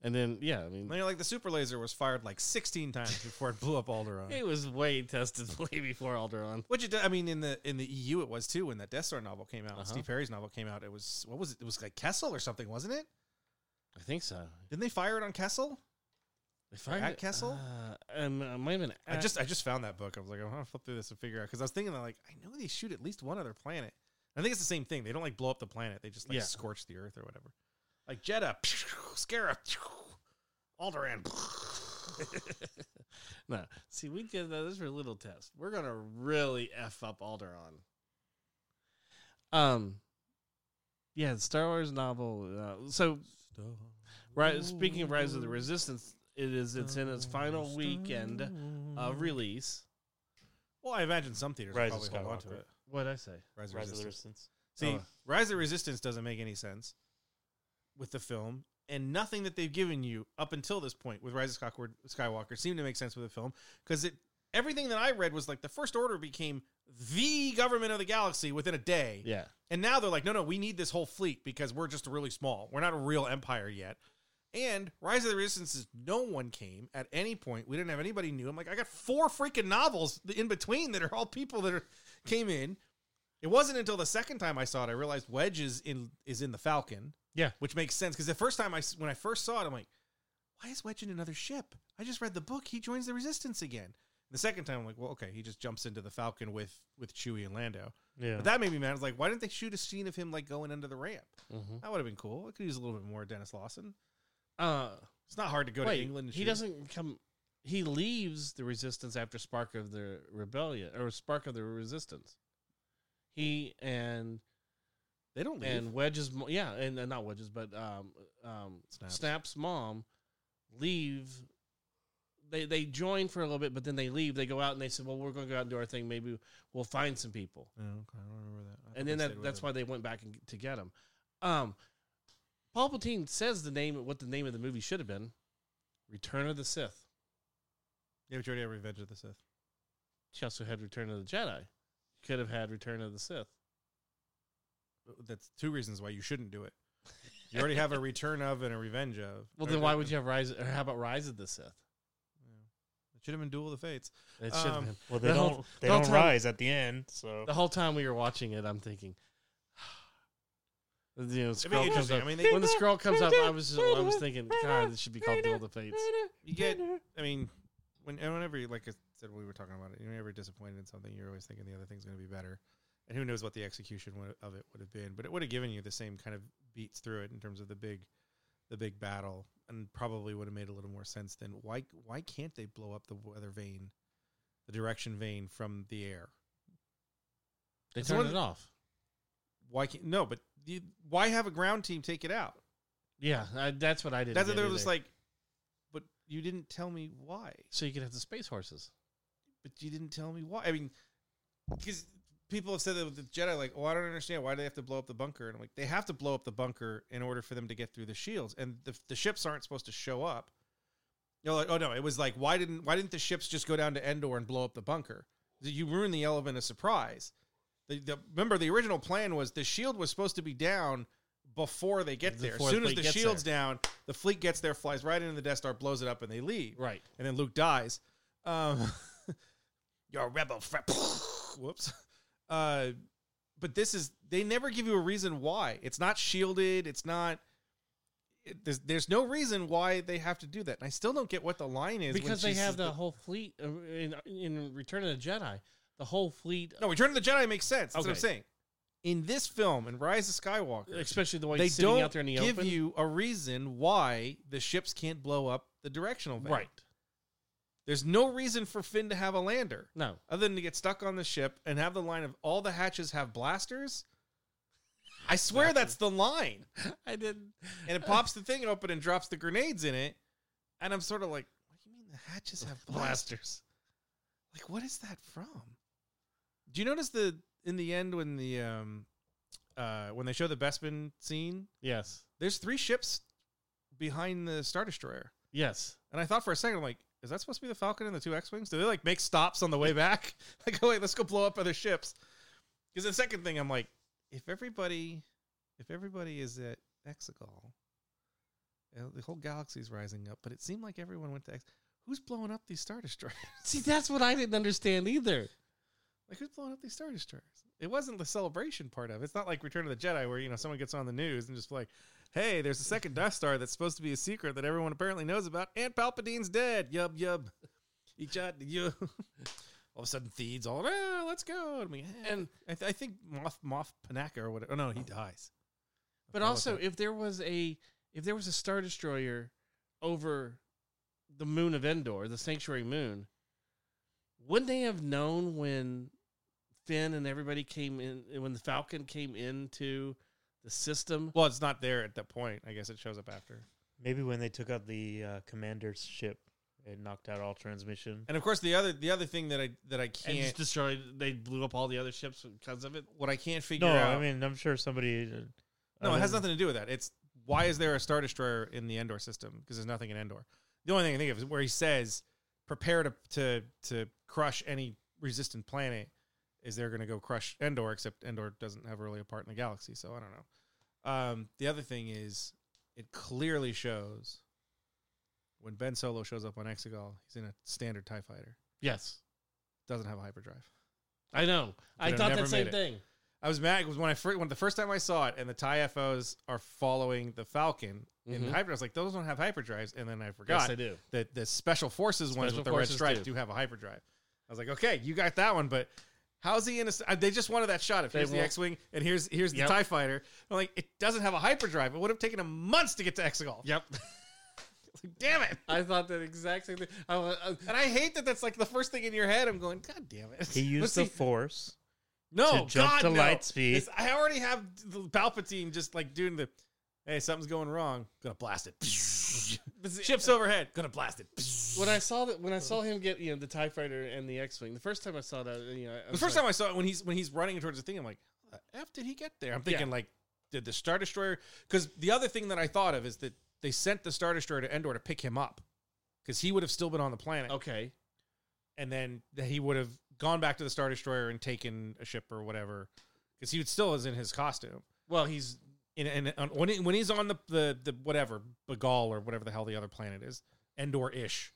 A: and then yeah, I mean
B: you're like, the super laser was fired like 16 times before it blew up Alderaan.
A: it was way tested <laughs> way before Alderaan.
B: Which it, do- I mean, in the in the EU, it was too. When that Death Star novel came out, when
A: Uh-huh.
B: Steve Perry's novel came out, it was what was it? It was like Kessel or something, wasn't it?
A: I think so.
B: Didn't they fire it on Kessel?
A: They fired
B: At
A: it-
B: Kessel?
A: Uh, um, it might have been
B: I
A: at-
B: just I just found that book. I was like, I'm gonna flip through this and figure out because I was thinking like I know they shoot at least one other planet. I think it's the same thing. They don't like blow up the planet. They just like
A: Yeah.
B: scorch the Earth or whatever. Like Jeddah, <laughs> Scarab, Alderaan.
A: <laughs> no. See, we did that. This is a little test. We're gonna really f up Alderaan. Um, yeah, the Star Wars novel. Uh, so, right. Speaking of Rise of the Resistance, it is. It's in its final weekend uh, of release.
B: Well, I imagine some theaters
C: Rise
B: probably
C: of
B: hold on to
C: Skywalker.
B: it.
A: What I say?
B: Rise of
C: Rise of the
B: Resistance.
C: Resistance.
B: See,
A: Oh.
B: Rise of the Resistance doesn't make any sense with the film, and nothing that they've given you up until this point with Rise of Skyward- Skywalker seemed to make sense with the film because it everything that I read was like the First Order became the government of the galaxy within a day,
A: Yeah.
B: and now they're like, no, no, we need this whole fleet because we're just really small. We're not a real empire yet. And Rise of the Resistance is no one came at any point. We didn't have anybody new. I'm like, I got four freaking novels in between that are all people that are, came in. It wasn't until the second time I saw it I realized Wedge is in is in the Falcon.
A: Yeah.
B: which makes sense because the first time I s- when I first saw it, I'm like, why is Wedge in another ship? I just read the book. He joins the Resistance again. The second time, I'm like, well, okay, he just jumps into the Falcon with with Chewie and Lando.
C: Yeah.
B: But that made me mad. I was like, why didn't they shoot a scene of him like going under the ramp?
A: Mm-hmm.
B: That would have been cool. I could use a little bit more Dennis Lawson.
A: Uh,
B: It's not hard to go
A: wait.
B: to England. And
A: he
B: shoot.
A: doesn't come. He leaves the Resistance after Spark of the Rebellion or Spark of the Resistance. He and
B: They don't leave.
A: and Wedge's mo- yeah, and uh, not Wedge's, but um, um,
B: Snaps.
A: Snaps. mom leave. They they join for a little bit, but then they leave. They go out and they said, "Well, we're going to go out and do our thing. Maybe we'll find some people."
B: Oh, okay, I don't remember that. I thought
A: and then
B: they stayed
A: that,
B: with
A: that's
B: him.
A: why they went back and, to get him. Um, Paul Palpatine says the name what the name of the movie should have been: Return of the Sith.
B: Yeah, but you already have Revenge of the Sith.
A: She also had Return of the Jedi. Could have had Return of the Sith.
B: That's two reasons why you shouldn't do it. You already have a Return of and a Revenge of.
A: Well, then why would you have Rise? Or how about Rise of the Sith?
B: It should have been Duel of the Fates.
A: It should have
B: Um,
A: been.
C: Well, they
A: The whole-
C: don't. they
A: the whole
C: don't
A: time-
C: rise at the end. So
A: The whole time we were watching it, I'm thinking, <sighs> you know,
B: It'd be
A: scroll comes
B: interesting.
A: up.
B: I mean, they,
A: when the scroll comes up, I was just, I was thinking, God, this should be called Duel of the Fates.
B: you get. I mean, when whenever you- like I said, we were talking about it. You're never disappointed in something. You're always thinking the other thing's going to be better. And who knows what the execution would, of it would have been? But it would have given you the same kind of beats through it in terms of the big, the big battle, and probably would have made a little more sense than why why can't they blow up the weather vane, the direction vane from the air?
A: They
B: It's
A: turned
B: one-
A: it off.
B: Why can't no? But you, why have a ground team take it out?
A: Yeah, I, that's what I did.
B: That's what they're just like. But you didn't tell me why.
A: so you could have the space horses.
B: but you didn't tell me why. I mean, because people have said that with the Jedi, like, oh, I don't understand. Why do they have to blow up the bunker? And I'm like, they have to blow up the bunker in order for them to get through the shields, and the, the ships aren't supposed to show up. You're like, oh no, it was like, why didn't why didn't the ships just go down to Endor and blow up the bunker? You ruined the element of surprise. The, the, remember, the original plan was the shield was supposed to be down before they get there.
A: Before
B: as
A: the
B: soon as
A: fleet
B: the
A: gets
B: shield's down, the fleet gets there, flies right into the Death Star, blows it up, and they leave
A: Right.
B: and then Luke dies. Um, <laughs> You're a rebel. Fra- <laughs> Whoops. Uh, but this is they never give you a reason why. It's not shielded. It's not. It, there's, there's no reason why they have to do that, and I still don't get what the line is when
A: Because
B: she
A: they
B: says
A: have the,
B: that-
A: whole fleet uh, in, in Return of the Jedi. The whole fleet.
B: no Return of the Jedi makes sense. That's what I'm
A: Okay.
B: saying. in this film in Rise of Skywalker,
A: especially the way
B: they
A: he's sitting
B: don't
A: out there in the
B: give
A: open.
B: you a reason why the ships can't blow up the directional van.
A: right?
B: There's no reason for Finn to have a lander
A: No,
B: other than to get stuck on the ship and have the line of all the hatches have blasters. I swear that's the line.
A: I didn't.
B: And it pops the thing open and drops the grenades in it. And I'm sort of like, what do you mean the hatches have blasters? Like, what is that from? Do you notice the in the end when the um uh when they show the Bespin scene,
A: Yes,
B: there's three ships behind the Star Destroyer.
A: yes.
B: And I thought for a second, I'm like, is that supposed to be the Falcon and the two X Wings? Do they like make stops on the way back? <laughs> like, oh, wait, let's go blow up other ships. Because the second thing, I'm like, if everybody, if everybody is at Exegol, you know, the whole galaxy's rising up. But it seemed like everyone went to Ex. Who's blowing up these star destroyers? <laughs>
A: See, that's what I didn't understand either.
B: like, who's blowing up these star destroyers? It wasn't the celebration part of it. It's not like Return of the Jedi where you know someone gets on the news and just like. Hey, there's a second Death Star that's supposed to be a secret that everyone apparently knows about, and Palpatine's dead. Yub yub. He shot you. All of a sudden, Theed's all, oh, let's go. I mean, and I, th- I think Moth Moth Panaka or whatever. Oh no, he dies.
A: But also, if there was a if there was a star destroyer over the moon of Endor, the sanctuary moon, wouldn't they have known when Finn and everybody came in when the Falcon came into the system?
B: well, it's not there at that point. I guess it shows up after.
C: Maybe when they took out the uh, commander's ship, it knocked out all transmission.
B: And of course, the other the other thing that I that I
A: And
B: can't
A: just destroyed. They blew up all the other ships because of it.
B: what I can't figure
C: No,
B: out.
C: I mean I'm sure somebody. uh,
B: no, it has
C: other-
B: nothing to do with that. It's why is there a star destroyer in the Endor system? Because there's nothing in Endor. The only thing I think of is where he says, "Prepare to to to crush any resistant planet." Is they're going to go crush Endor? Except Endor doesn't have really a part in the galaxy, so I don't know. Um, the other thing is, it clearly shows when Ben Solo shows up on Exegol, he's in a standard Tie Fighter,
A: Yes,
B: doesn't have a hyperdrive.
A: I know. I
B: have
A: thought
B: never
A: that same
B: made it.
A: thing.
B: I was mad because when I first, when the first time I saw it, and the Tie FOs are following the Falcon in
A: Mhm.
B: hyperdrive. I was like, those don't have hyperdrives, and then I
A: Yes,
B: forgot
A: I do.
B: that the Special Forces ones
A: Special
B: with the red
A: Forces
B: stripes
A: do.
B: do. have a hyperdrive. I was like, okay, you got that one, but how's he in a? uh, They just wanted that shot. If
A: They
B: here's the
A: won't-
B: X-wing and here's here's the
A: Yep.
B: Tie Fighter, I'm like, it doesn't have a hyperdrive. It would have taken him months to get to Exegol. <laughs>
A: Yep,
B: Like, damn it!
A: I thought that exact same thing. I, wa- uh, I,
B: And I hate that that's like the first thing in your head. I'm going, god damn it!
C: He
B: <laughs>
C: used
B: Let's
C: the
B: see.
C: force.
B: No,
C: to jump
B: God,
C: to
B: no.
C: light speed.
B: It's- I already have the Palpatine just like doing the, hey, something's going wrong. Gonna blast it. Ships overhead. Gonna blast it.
A: when I saw that when I saw him get you know the Tie Fighter and the X Wing, the first time I saw that, you know,
B: The first time I saw it when he's when he's running towards the thing, I'm like, "How the f did he get there? I'm thinking like, did the Star Destroyer? Because the other thing that I thought of is that they sent the Star Destroyer to Endor to pick him up, because he would have still been on the planet,
A: okay,
B: and then that he would have gone back to the Star Destroyer and taken a ship or whatever, because he would still is in his costume.
A: well he's
B: in, in, on, when, he, when he's on the, the, the whatever Bagal or whatever the hell the other planet is, Endor ish,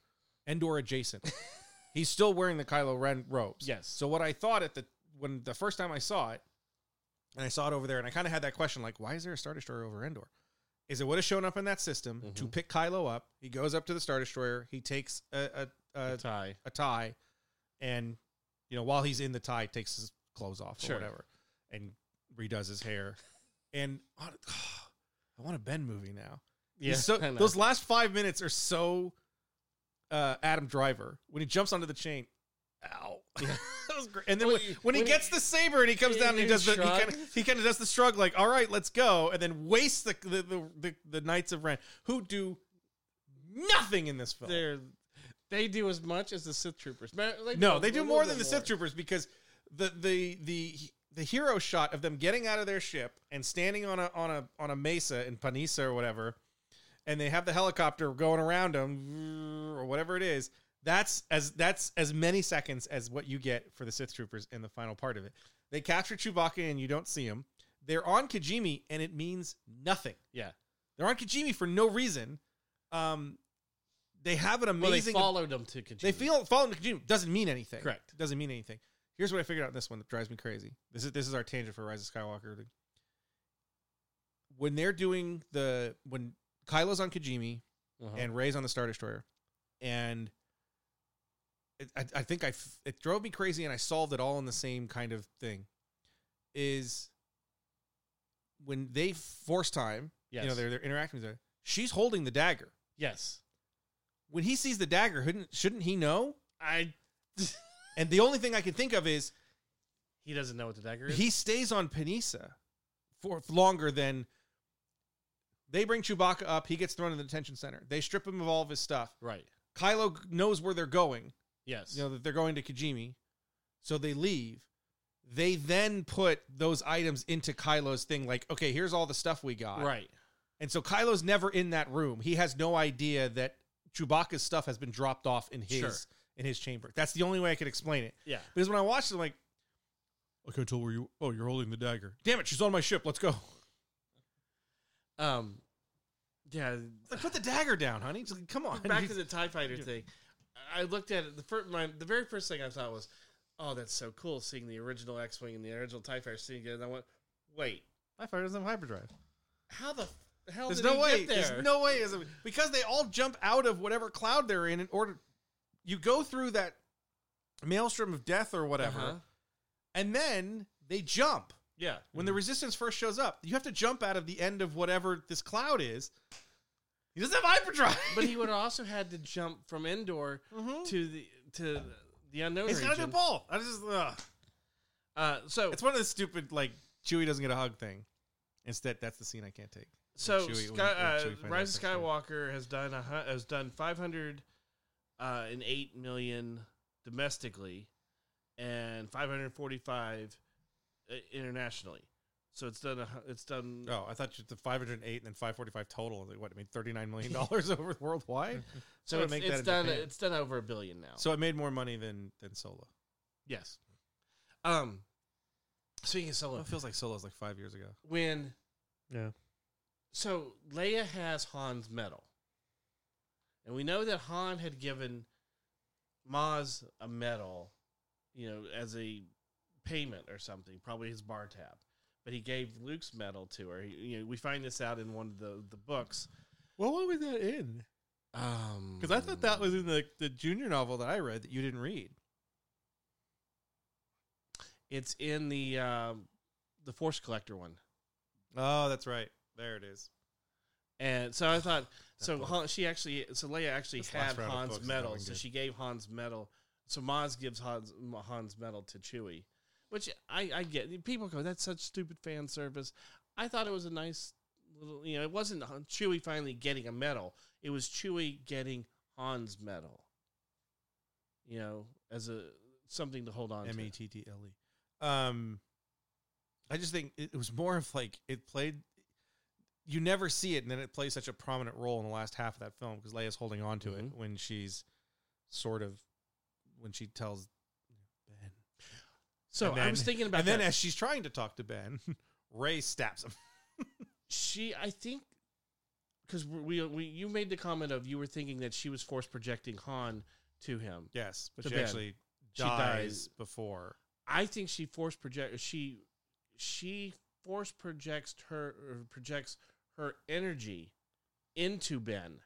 B: Endor adjacent,
A: <laughs>
B: he's still wearing the Kylo Ren robes.
A: Yes.
B: So what I thought at the when the first time I saw it, and I saw it over there, and I kind of had that question like, why is there a Star Destroyer over Endor? Is it would have shown up in that system
A: Mm-hmm.
B: to pick Kylo up? He goes up to the Star Destroyer. He takes a a, a,
A: Tie.
B: a tie, and you know while he's in the tie, takes his clothes off
A: Sure.
B: or whatever, and redoes his hair. And <sighs> oh, I want a Ben movie now.
A: Yeah,
B: He's so
A: I know.
B: those last five minutes are so uh, Adam Driver when he jumps onto the chain. Ow! <laughs> that was great. And then
A: Well,
B: when,
A: you-
B: when he
A: when
B: gets
A: he-
B: the saber and he comes down and he
A: he
B: does the he
A: shrugs.
B: kind of he kind of does the shrug like all right let's go and then wastes the the the, the, the Knights of Ren who do nothing in this film.
A: they're they do as much as the Sith troopers. Ma- like,
B: No,
A: a
B: they do
A: little
B: more
A: bit
B: than the Sith troopers because the the the the hero shot of them getting out of their ship and standing on a on a on a mesa in Panisa or whatever, and they have the helicopter going around them or whatever it is. That's as that's as many seconds as what you get for the Sith troopers in the final part of it. They capture Chewbacca and you don't see him. They're on Kijimi and it means nothing.
A: Yeah.
B: they're on Kijimi for no reason. Um, they have an
A: Well, they
B: amazing
A: followed them to Kajimi.
B: they feel following the Kojima doesn't mean anything.
A: Correct.
B: Doesn't mean anything. Here's what I figured out in this one that drives me crazy. This is this is our tangent for Rise of Skywalker. When they're doing the when Kylo's on Kajimi
A: Uh-huh.
B: and Ray's on the Star Destroyer, and it, I, I think I f- it drove me crazy, and I solved it all in the same kind of thing. Is when they force time,
A: Yes.
B: you know, they're they're interacting with her. She's holding the dagger.
A: yes.
B: When he sees the dagger, shouldn't shouldn't he know?
A: I.
B: <laughs> And the only thing I can think of is
A: He doesn't know what the dagger is.
B: he stays on Panisa for longer than they bring Chewbacca up. He gets thrown in the detention center. They strip him of all of his stuff.
A: right.
B: Kylo knows where they're going.
A: Yes.
B: You know that they're going to Kijimi, so they leave. They then put those items into Kylo's thing. Like, okay, here's all the stuff we got.
A: right.
B: And so Kylo's never in that room. He has no idea that Chewbacca's stuff has been dropped off in his
A: Sure.
B: in his chamber. That's the only way I could explain it.
A: Yeah.
B: Because when I watched it, I'm like, I can't tell where you. Oh, you're holding the dagger. Damn it, she's on my ship. Let's go.
A: Um. Yeah.
B: It's Like, put the dagger down, honey. It's like, come on.
A: Back to the Tie Fighter thing. I looked at it. The first, my, the very first thing I thought was, "Oh, that's so cool!" Seeing the original X-wing and the original Tie Fighter sitting together. And I went, "Wait,
B: my fire doesn't have hyperdrive.
A: how the f- hell
B: There's
A: did
B: no
A: he
B: way.
A: get there?"
B: There's no way. Is because they all jump out of whatever cloud they're in in order. You go through that maelstrom of death or whatever,
A: Uh-huh.
B: and then they jump.
A: Yeah.
B: When the resistance first shows up, you have to jump out of the end of whatever this cloud is. He doesn't have <laughs> hyperdrive.
A: but he would have also had to jump from indoor
B: Mhm.
A: to the to the unknown
B: he's got a
A: region.
B: new ball. I just, ugh.
A: Uh, so
B: It's one of the stupid like Chewie doesn't get a hug thing. Instead, that's the scene I can't take.
A: so
B: Chewie-
A: Sky, uh,
B: when Chewie finds
A: Rise of
B: out that's
A: Skywalker has done a, hu- has done five hundred uh, and eight million domestically, and five hundred forty five uh, internationally. So it's done. A, hu- it's done.
B: Oh, I thought you the 508 and then 545 total. What I mean, 39 million <laughs> dollars over worldwide.
A: so
B: I would
A: it's,
B: make that
A: it's
B: in
A: done.
B: Japan.
A: It's done over a billion now.
B: So it made more money than than Solo.
A: yes. Um. Speaking of solo,
B: It feels like Solo's like five years ago.
A: when
C: Yeah.
A: so Leia has Han's medal, and we know that Han had given Maz a medal, you know, as a payment or something, probably his bar tab. But he gave Luke's medal to her. He, you know, we find this out in one of the the books.
B: Well, what was that in?
A: Um,
B: Because I thought that was in the the junior novel that I read that you didn't read.
A: it's in the um, the Force Collector one.
B: Oh, that's right. There it is.
A: And so I thought,
B: That
A: so
B: book.
A: Han, she actually, so Leia actually
B: This last
A: had
B: round of
A: Han's
B: books is
A: medal.
B: going
A: So
B: good.
A: she gave Han's medal. So Maz gives Han's, Han's medal to Chewie, which I, I get. People go, that's such stupid fan service. I thought it was a nice little, you know, it wasn't Han, Chewie finally getting a medal. It was Chewie getting Han's medal, you know, as a something to hold on
B: M
A: to.
B: e t t l e. Um, I just think it, it was more of like it played. You never see it, and then it plays such a prominent role in the last half of that film because Leia's holding on to it
A: Mhm.
B: when she's sort of when she tells Ben.
A: So
B: And
A: I
B: then-
A: was thinking about
B: <laughs> and then
A: that.
B: as she's trying to talk to Ben, <laughs> Ray stabs him.
A: she i think because we, we you made the comment of you were thinking that she was force projecting han to him
B: Yes, but
A: To
B: she
A: Ben.
B: actually
A: She
B: dies,
A: dies.
B: before.
A: i think she force project she she force projects her or projects her energy into ben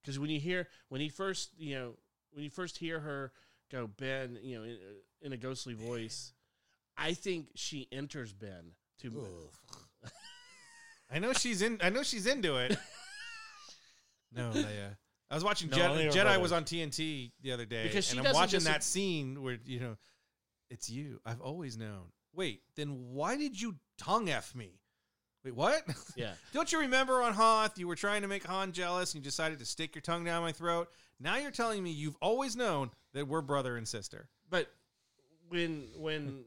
A: because when you hear when he first you know when you first hear her go ben you know in, uh, in a ghostly voice i think she enters ben to
B: I know she's in. I know she's into
C: <laughs>
B: it. no, Leia. I was watching
C: No,
B: Jedi.
C: only her
B: Jedi
C: brother.
B: was on TNT the other day,
A: Because she
B: and I'm
A: doesn't
B: watching
A: dis-
B: that scene where you know, it's you. I've always known. Wait, then why did you tongue f me? Wait, what? <laughs>
A: yeah
B: Don't you remember on Hoth you were trying to make Han jealous and you decided to stick your tongue down my throat? Now you're telling me you've always known that we're brother and sister.
A: But when
B: <laughs>
A: when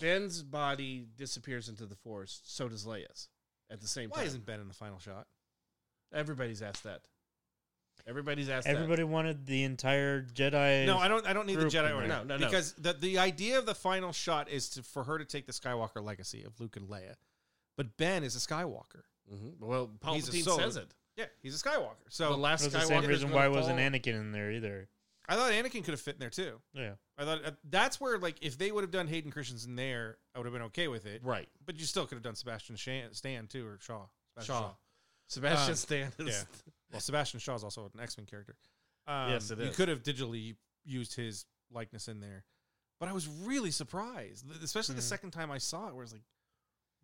A: Ben's body disappears into the forest, so does Leia's at the same
B: Why
A: time.
B: isn't Ben in the final shot?
A: Everybody's asked that. Everybody's asked
C: Everybody wanted the entire Jedi.
B: No, I don't. I don't need the
C: group
B: Jedi
C: in
B: Order.
A: there. No, no, no.
B: Because the the idea of the final shot is to, for her to take the Skywalker legacy of Luke and Leia, but Ben is a Skywalker.
A: that. Mm-hmm. Well,
B: He's a
A: Palpatine
B: solo.
A: says it.
B: Yeah, he's a Skywalker.
A: The
B: So
A: last
C: That's
A: Skywalker
C: the same
A: is
C: reason
A: gonna
C: why wasn't
A: fall.
C: Anakin in there either.
B: I thought Anakin could have fit in there too.
C: Yeah.
B: I thought uh, that's where like if they would have done Hayden Christensen there, I would have been okay with it.
A: Right,
B: But you still could have done Sebastian Shan- Stan too, or Shaw. Sebastian
A: Shaw. Sebastian
B: Um,
A: Stan. Is,
B: yeah. Well, Sebastian Shaw is also an X Men character. Um,
A: Yes, it
B: You
A: is.
B: could have digitally used his likeness in there, but I was really surprised, th- especially the
G: Hmm.
C: Mhm.
B: second time I saw it, where it's like,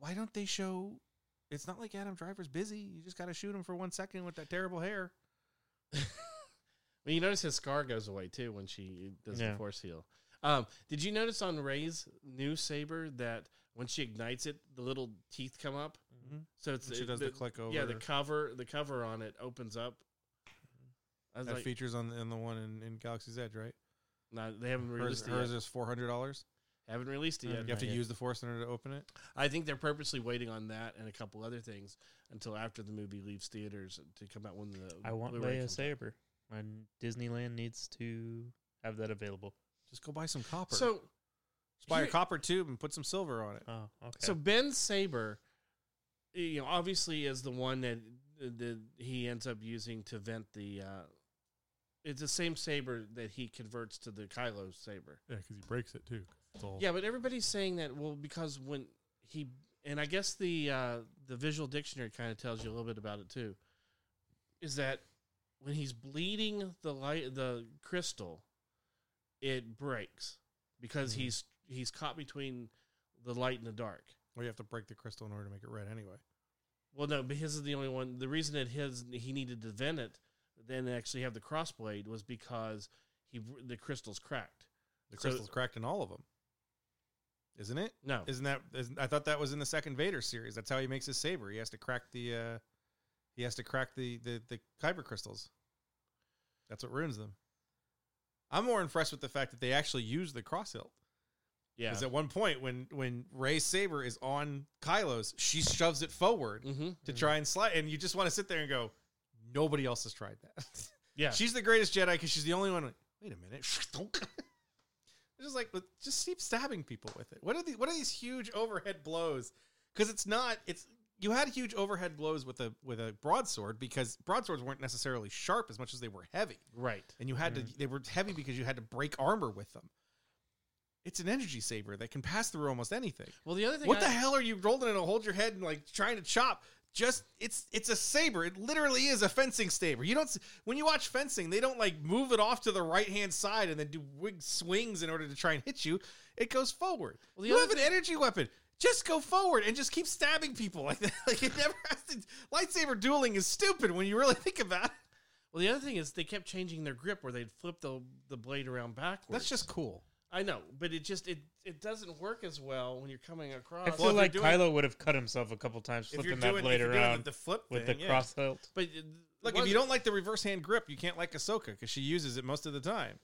B: why don't they show? It's not like Adam Driver's busy. You just got to shoot him for one second with that terrible hair.
A: <laughs> Well, you notice his scar goes away too when she does
C: Yeah.
A: the force heal. Um, did you notice on Ray's new saber that when she ignites it, the little teeth come up?
G: Mm-hmm.
B: Mhm.
A: So it's
B: And she does the, click over.
A: yeah the cover the cover on it opens up. I was
B: that
A: like,
B: features on the, on the one in, in Galaxy's Edge, right?
A: no, they haven't
B: Hers,
A: released it.
B: hers
A: yet.
B: is four hundred dollars.
A: Haven't released it yet.
B: You have to use the Force in order to open it.
A: I think they're purposely waiting on that and a couple other things until after the movie leaves theaters to come out when the
C: I want
A: Blu-ray
C: Leia
A: comes out.
C: Saber, and Disneyland needs to have that available.
B: Just go buy some copper.
A: So
B: Just buy a
A: here-
B: copper tube and put some silver on it.
C: Oh, okay.
A: So Ben Saber, you know, obviously is the one that that he ends up using to vent the. Uh, it's the same saber that he converts to the Kylo saber.
G: Yeah, because he breaks it too. 'cause It's all
A: Yeah, but everybody's saying that well because when he and I guess the uh, the visual dictionary kind of tells you a little bit about it too, is that when he's bleeding the light the crystal, it breaks because
B: Mm-hmm.
A: he's he's caught between the light and the dark.
B: Or you have to break the crystal in order to make it red anyway.
A: Well, no, but his is the only one. The reason that his he needed to vent it, then actually have the crossblade was because he the crystals cracked.
B: The
A: So-
B: crystal's cracked in all of them, isn't it?
A: No,
B: Isn't that? Isn't, I thought that was in the second Vader series. That's how he makes his saber. He has to crack the. Uh, he has to crack the the the kyber crystals. That's what ruins them. I'm more impressed with the fact that they actually use the cross hilt.
A: yeah,
B: Because at one point, when when Ray's saber is on Kylo's, she shoves it forward
A: mm-hmm.
B: to try and slide, and you just want to sit there and go, nobody else has tried that. <laughs>
A: yeah.
B: She's the greatest Jedi because she's the only one. Like, Wait a minute. <laughs> It's just like but just keep stabbing people with it. What are these? What are these huge overhead blows? Because it's not. It's you had huge overhead blows with a with a broadsword because broadswords weren't necessarily sharp as much as they were heavy,
A: right.
B: and you had to. They were heavy because you had to break armor with them. It's an energy saber that can pass through almost anything.
A: Well, the other thing,
B: What
A: I,
B: the hell are you rolling and hold your head and like trying to chop? Just it's it's a saber. It literally is a fencing saber. You don't s- when you watch fencing, they don't like move it off to the right hand side and then do wig swings in order to try and hit you. It goes forward.
A: Well, the
B: you
A: other
B: have an energy weapon. Just go forward and just keep stabbing people <laughs> like that. Like it never has to. Lightsaber dueling is stupid when you really <laughs> think about it.
A: Well, the other thing is they kept changing their grip where they'd flip the the blade around backwards.
B: That's just cool.
A: I know, but it just it it doesn't work as well when you're coming across.
C: I feel
B: uh, if you're
C: like
B: doing-
C: Kylo would have cut himself a couple times flipping that blade
B: you're
C: around
B: the flip
C: with
B: thing,
C: the
B: yeah.
C: cross hilt.
A: but
B: Look, if you don't like the reverse hand grip, you can't like Ahsoka because she uses it most of the time.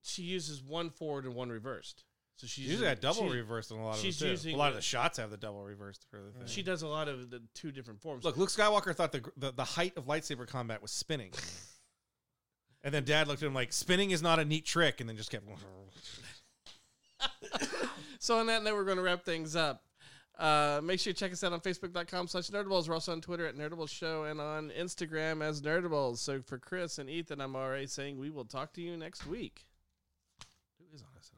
A: she uses one forward and one reversed. So she's
B: She's usually got double
A: she-
B: reversed in a lot of
A: she's
B: them too.
A: using
B: a lot of
A: the-
B: the shots have the double reversed for the thing.
A: She does a lot of the two different forms.
B: Look, Luke Skywalker thought the, the the height of lightsaber combat was <laughs> spinning, and then Dad looked at him like, "Spinning is not a neat trick," and then just kept.
A: <laughs> So on that note, we're going to wrap things up. Uh, make sure you check us out on facebook.com slash nerdables. We're also on Twitter at Nerdables Show and on Instagram as Nerdables. So for Chris and Ethan, I'm RA saying we will talk to you next week.
B: Who is on us?